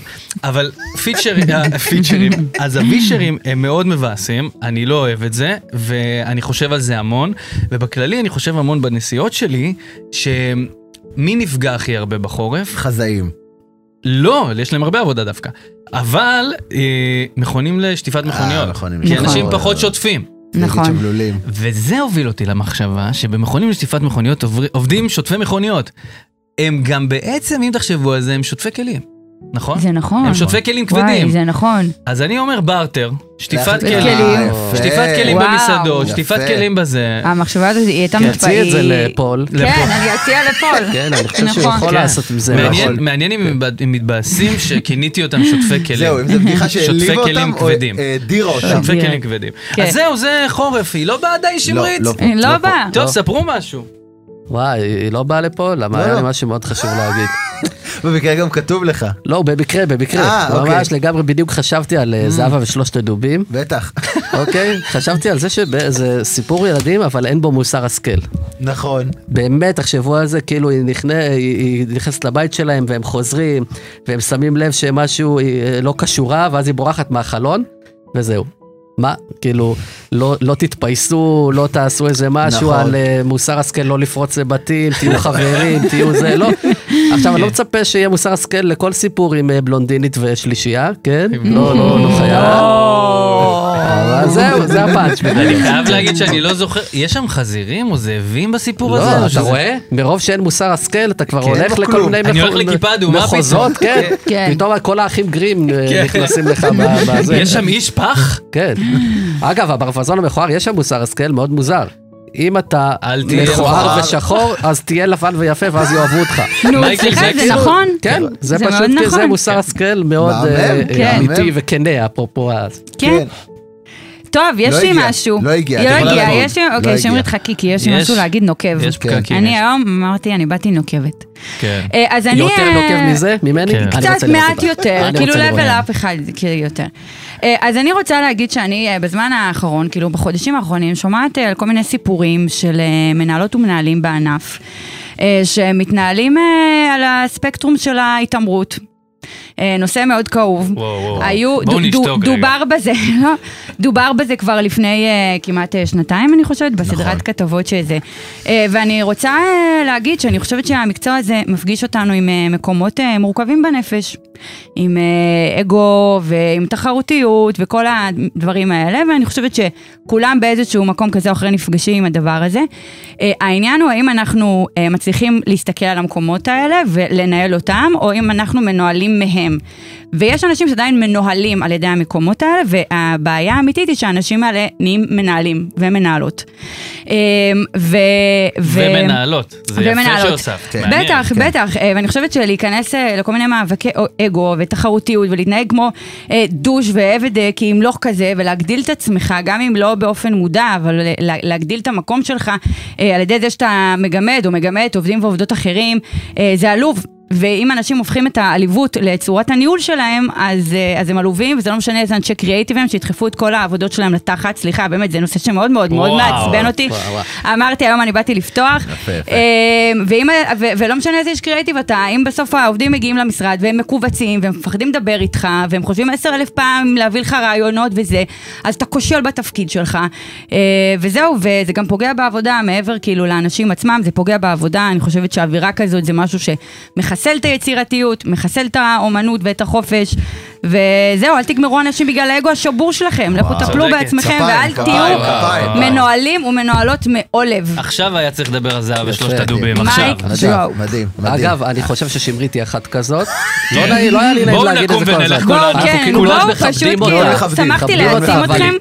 S4: אבל פיצ'רים, אה, פיצ'רים, אז הווישרים הם מאוד מבאסים, אני לא אוהב את זה, ואני חושב על זה המון, ובכללי אני חושב המון בנסיעות שלי, שמי נפגע הכי הרבה בחורף?
S1: חזאים.
S4: לא, יש להם הרבה עבודה דווקא. אבל אה, מכונים לשטיפת מכוניות,
S1: מכונים
S4: כי
S2: לשטיפת
S4: אנשים
S1: מכוניות.
S4: פחות שוטפים.
S2: נכון.
S1: נגיד שבלולים.
S4: וזה הוביל אותי למחשבה שבמכונים לשטיפת מכוניות עובר- עובדים שוטפי מכוניות. הם גם בעצם, אם תחשבו על זה, הם שוטפי כלים, נכון?
S2: זה נכון.
S4: הם שוטפי כלים
S2: וואי,
S4: כבדים. כן.
S2: זה נכון.
S4: אז אני אומר בארטר, שטיפת
S1: אה,
S4: כלים,
S1: יפה.
S4: שטיפת כלים
S2: וואו. אה,
S4: במסעדות, שטיפת
S1: יפה.
S4: כלים בזה.
S2: המחשבה הזאת היא הייתה מטפאית.
S3: כן. תציע את זה לפול.
S2: כן, אני אציע לפול.
S3: כן, אני חושב שהוא
S2: נכון.
S3: יכול
S4: כן.
S3: לעשות עם זה.
S4: מעניין-
S3: נכון.
S4: מעניין אם הם מתבא- הם מתבאסים שכיניתי אותם שוטפי כלים.
S1: זהו, אם זו
S4: (laughs)
S1: בדיחה שהעליבה
S4: שוטפי כלים
S1: אותם או
S4: כבדים.
S1: האדירה
S4: (laughs)
S1: אותם.
S4: שוטפי
S2: אדיר.
S4: כלים כבדים.
S2: כן.
S4: אז זהו, זה חורף, היא לא באה די שמרית.
S1: לא, לא.
S2: אה, לא
S1: לא
S2: בא.
S4: טוב,
S3: לא.
S4: ספרו משהו.
S3: וואי, היא לא באה לפה? למה?
S1: לא,
S3: היה לי
S1: לא.
S3: משהו מאוד חשוב להגיד.
S1: במקרה גם כתוב לך,
S3: לא, במקרה, במקרה.
S1: אה, אוקיי.
S3: ממש לגמרי, בדיוק חשבתי על אה, זהבה ושלושת הדובים.
S1: בטח.
S3: אוקיי? חשבתי על זה שזה סיפור ילדים, אבל אין בו מוסר השכל.
S1: (laughs) נכון.
S3: באמת, תחשבו על זה, כאילו היא, נכנה, היא, היא נכנסת לבית שלהם והם חוזרים, והם שמים לב שמשהו היא, אה, לא קשורה, ואז היא בורחת מהחלון, וזהו. מה? כאילו, לא, לא תתפייסו, לא תעשו איזה משהו
S1: נכון.
S3: נכון. על uh, מוסר השכל, לא לפרוץ לבתים, תהיו חברים, תהיו זה, לא. עכשיו, אני לא מצפה שיהיה מוסר השכל לכל סיפור עם אה, בלונדינית ושלישייה, כן? לא, לא, לא חייב.
S4: לא. אה,
S3: אבל זהו, זה הפאנץ'.
S4: אני חייב להגיד שאני לא זוכר, יש שם חזירים או זאבים בסיפור הזה?
S3: לא,
S4: או
S3: אתה
S4: שזה-
S3: רואה? מרוב שאין מוסר השכל, אתה כבר הולך
S1: לא
S3: לכל
S1: כלום.
S3: מיני
S4: אני
S3: מח-
S4: הולך לכיפה אדומה פתאום.
S3: מחוזות, כן.
S2: כן.
S3: פתאום כל האחים גרים אה,
S4: כן.
S3: נכנסים לך
S4: (laughs)
S3: ב- בזה.
S4: יש שם איש פח?
S3: כן. אגב, הברווזון המכוער, יש שם מוסר השכל מאוד מוזר. אם אתה
S4: אל תהיה
S3: מכוער
S1: מכוער.
S3: ושחור, אז תהיה לבן ויפה, ואז יאהבו אותך.
S2: נו,
S4: מייקל
S2: סליחה, זה
S4: ג'קסון.
S2: נכון?
S3: כן, זה
S2: זה
S3: פשוט
S2: מאוד
S3: כזה
S2: נכון.
S4: כן.
S3: מוסר השכל מאוד
S1: מהמם,
S3: אה, אה,
S2: כן.
S3: אמיתי וכנה, אפרופו אז.
S2: כן. טוב, יש
S1: לא
S2: לי
S1: הגיע,
S2: משהו.
S1: לא הגיע,
S2: היא
S1: את
S2: לא
S1: יכולה
S2: הגיעה,
S1: לעבוד.
S2: יש לי...
S1: לא
S2: אוקיי,
S1: הגיע.
S2: שמרית, חכי, כי יש לי
S4: יש-
S2: משהו להגיד נוקב.
S4: יש פקקים.
S2: אני
S4: יש.
S2: היום אמרתי, אני באתי נוקבת.
S4: כן.
S2: אה, אז אני...
S3: יותר
S2: אה,
S3: נוקב מזה? ממני?
S4: כן.
S3: אני רוצה
S2: קצת
S3: לראות
S2: מעט
S3: אותה.
S2: יותר,
S3: אני
S2: כאילו
S3: רוצה לראות.
S2: level up אחד כאילו יותר. אה, אז אני רוצה להגיד שאני אה, בזמן האחרון, כאילו בחודשים האחרונים, שומעת אה, על כל מיני סיפורים של אה, מנהלות ומנהלים בענף, אה, שמתנהלים אה, על הספקטרום של ההתעמרות. אה, נושא מאוד כאוב.
S4: וואו, וואו.
S2: היו,
S4: בואו
S2: דו-
S4: נשתוק
S2: דו-
S4: רגע.
S2: דובר בזה, (laughs) לא? דובר בזה כבר לפני אה, כמעט אה, שנתיים, אני חושבת,
S4: נכון.
S2: בסדרת כתבות שזה. אה, ואני רוצה אה, להגיד שאני חושבת שהמקצוע הזה מפגיש אותנו עם אה, מקומות אה, מורכבים בנפש, עם אה, אגו ועם תחרותיות וכל הדברים האלה, ואני חושבת שכולם באיזשהו מקום כזה או אחר נפגשים עם הדבר הזה. אה, העניין הוא האם אנחנו אה, מצליחים להסתכל על המקומות האלה ולנהל אותם, או אם אנחנו מנוהלים מהם. להם. ויש אנשים שעדיין מנוהלים על ידי המקומות האלה, והבעיה האמיתית היא שהאנשים האלה נהיים מנהלים ומנהלות. אה, ו... ו-
S4: ומנהלות. זה יפה
S2: ומנהלות.
S4: שהוספת.
S1: כן.
S4: מעניין.
S2: בטח,
S1: כן.
S2: בטח, אה, ואני חושבת שלהיכנס אה, לכל מיני מאבקי אה, אגו ותחרותיות ולהתנהג כמו אה, דוש ועבד אה, כי ימלוך כזה ולהגדיל את עצמך, גם אם לא באופן מודע, אבל אה, לה- להגדיל את המקום שלך אה, על ידי זה שאתה מגמד או מגמד עובדים ועובדות אחרים, אה, זה עלוב. ואם אנשים הופכים את העליבות לצורת הניהול שלהם, אז, אה, אז הם עלובים, וזה לא משנה איזה אנשי קריאייטיבים שידחפו את כל העבודות שלהם לתחת. סליחה, באמת, זה נושא שמאוד מאוד מאוד
S4: וואו,
S2: מעצבן אותי.
S3: וואו, וואו.
S2: אמרתי, היום אני באתי לפתוח.
S1: יפה, יפה.
S2: אמ, ואם, ו, ולא משנה איזה איש קריאיטיב אתה, אם בסוף העובדים מגיעים למשרד והם מכווצים והם מפחדים לדבר איתך והם חושבים עשר אלף פעם להביא לך רעיונות וזה, אז אתה כושל בתפקיד שלך. אה, וזהו, וזה גם פוגע בעבודה מעבר כאילו לאנשים עצמם, זה פוגע בעבודה, אני חושבת שאווירה כזאת זה משהו שמחסל את היצירתיות, מחסל את האומנות ואת החופש. וזהו, אל תגמרו אנשים בגלל האגו השבור שלכם, לכו
S1: וואו.
S2: טפלו
S4: צודקת.
S2: בעצמכם
S1: כפיים,
S2: ואל
S1: כפיים,
S2: תהיו
S1: כפיים, כפיים.
S2: מנוהלים ומנוהלות מעולב.
S4: עכשיו היה צריך לדבר על זהב ושלושת
S3: יפה.
S4: הדובים,
S2: מייק.
S4: עכשיו.
S1: מדהים,
S2: וואו.
S1: מדהים, מדהים.
S3: אגב, אני חושב ששמרית היא אחת
S4: (laughs)
S3: כזאת. לא נעים- לא היה לי נעים
S4: בואו
S3: להגיד את זה
S4: נקום
S3: כל
S4: ונלך
S3: הזמן.
S4: כולנו.
S2: בואו,
S3: אנחנו
S2: כן,
S3: כאילו ממש
S2: בואו, פשוט
S3: מכבדים
S1: מאוד
S2: כאילו,
S1: מכבדים,
S2: שמחתי
S3: מכבדים אותה,
S2: להעצים
S3: אבל-
S2: אתכם.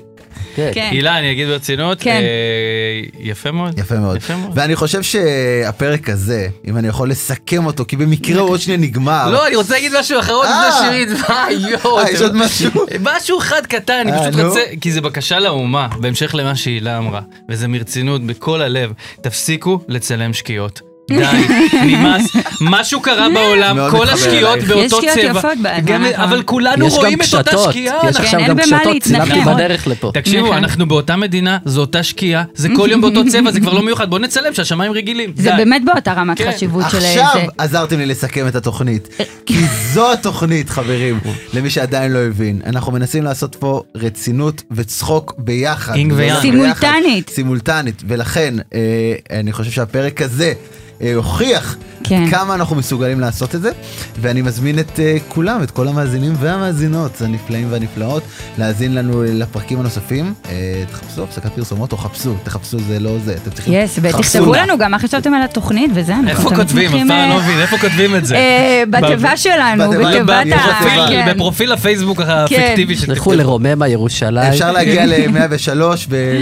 S3: כן.
S2: כן.
S4: הילה, אני אגיד ברצינות,
S2: כן.
S4: אה, יפה מאוד.
S1: יפה מאוד.
S4: יפה מאוד.
S1: ואני חושב שהפרק הזה, אם אני יכול לסכם אותו, כי במקרה הוא עוד שנייה נגמר.
S4: לא, אני רוצה להגיד משהו אחרון
S1: אה.
S4: לפני שירית, מה, יואו.
S1: אה, יש
S4: אתם-
S1: עוד משהו?
S4: (laughs) משהו אחד קטן, אני
S1: אה,
S4: פשוט
S1: נו.
S4: רוצה, כי זה בקשה לאומה, בהמשך למה שהילה אמרה, וזה מרצינות, בכל הלב, תפסיקו לצלם שקיעות.
S1: (laughs)
S4: די, נמאס, משהו קרה בעולם,
S1: מאוד
S4: כל
S1: מתחבר
S4: השקיעות
S1: אלייך.
S4: באותו צבע.
S2: יש שקיעות יפות בעד,
S4: גם-
S2: מה, נכון.
S4: אבל כולנו
S3: יש גם
S4: רואים את אותה
S3: קשתות,
S4: שקיעה.
S3: יש
S4: אנחנו-
S3: עכשיו
S2: אין
S3: גם
S2: במה
S3: קשתות,
S2: להתנחם.
S3: צילמתי בדרך לפה.
S4: תקשיבו,
S2: נכון.
S4: אנחנו באותה מדינה, זו אותה שקיעה, זה כל יום באותו צבע, זה כבר לא מיוחד, בוא נצלם שהשמיים רגילים.
S2: זה
S4: די.
S2: באמת באותה רמת
S4: כן.
S2: חשיבות של איזה...
S1: עכשיו עזרתם לי לסכם את התוכנית,
S2: (laughs)
S1: כי זו התוכנית חברים, למי שעדיין לא הבין. אנחנו מנסים לעשות פה רצינות וצחוק ביחד.
S4: אינג
S1: וזה
S4: ויאנג.
S1: ביחד.
S2: סימולטנית.
S1: סימולטנית, ולכן אה, אני חושב שהפרק הזה אה, הוכיח
S2: כן.
S1: כמה אנחנו מסוגלים לעשות את זה, ואני מזמין את אה, כולם, את כל המאזינים והמאזינות הנפלאים והנפלאות, להאזין לנו אה, לפרקים הנוספים. אה, תחפשו הפסקת פרסומות או חפשו, תחפשו זה לא זה, אתם צריכים...
S2: יס,
S1: חפשו
S2: ותכתבו
S1: נא.
S2: לנו גם מה חשבתם על התוכנית וזה. אנחנו
S4: איפה
S2: תמיד
S4: כותבים? אף
S2: שמחים,
S4: פעם
S2: אה,
S4: לא מבין, איפה כותבים את זה?
S2: אה, בתיבה שלנו,
S1: בתיבה-
S2: בתיבת ה...
S1: בפרופיל,
S2: כן.
S4: בפרופיל- בפרופיל הפייסבוק הפיקטיבי של
S3: תלכו לרוממה ירושלים.
S1: אפשר להגיע ל-103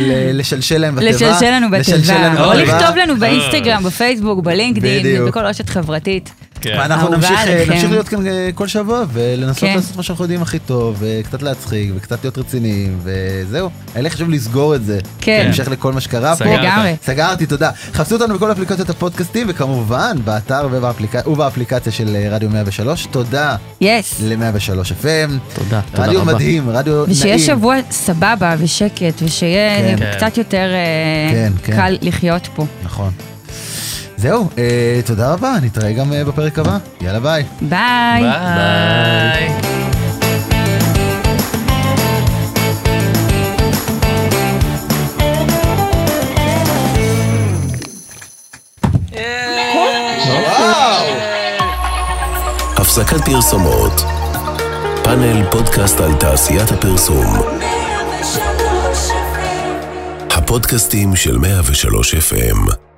S1: ולשלשל להם בתיבה.
S2: כן. לשלשל לנו
S1: לשלשל לנו
S2: בתיבה. או
S1: בתיבה.
S2: לכתוב
S4: אה.
S2: לנו באינסטגרם, בפייסבוק, בלינקדאין,
S1: בדיוק.
S2: בכל רשת חברתית.
S4: כן.
S1: ואנחנו
S2: אהובה
S1: נמשיך, אה,
S2: עליכם.
S1: נמשיך להיות כאן אה, כל שבוע ולנסות
S2: כן.
S1: לעשות מה שאנחנו יודעים הכי טוב, וקצת להצחיק, וקצת להיות רציניים, וזהו. היה לי חשוב לסגור את זה.
S2: כן.
S1: בהמשך לכל מה שקרה פה.
S4: סגרת.
S2: לגמרי.
S1: סגרתי, תודה. חפשו אותנו בכל אפליקציות הפודקאסטים, וכמובן, באתר ובאפליק- ובאפליקציה של אה, רדיו 103. תודה
S2: יס.
S1: לא, ל-103 FM.
S3: תודה, תודה
S1: רדיו
S3: רבה.
S1: מדהים, רדיו נעים.
S2: ושיהיה שבוע סבבה ושקט, ושיהיה
S1: כן.
S2: קצת יותר אה,
S1: כן, כן.
S2: קל לחיות פה.
S1: נכון. זהו, אה, תודה רבה, נתראה גם אה, בפרק הבא. יאללה ביי.
S2: ביי.
S4: ביי.
S5: הפסקת פרסומות. פאנל פודקאסט על תעשיית הפרסום. הפודקאסטים של 103 FM.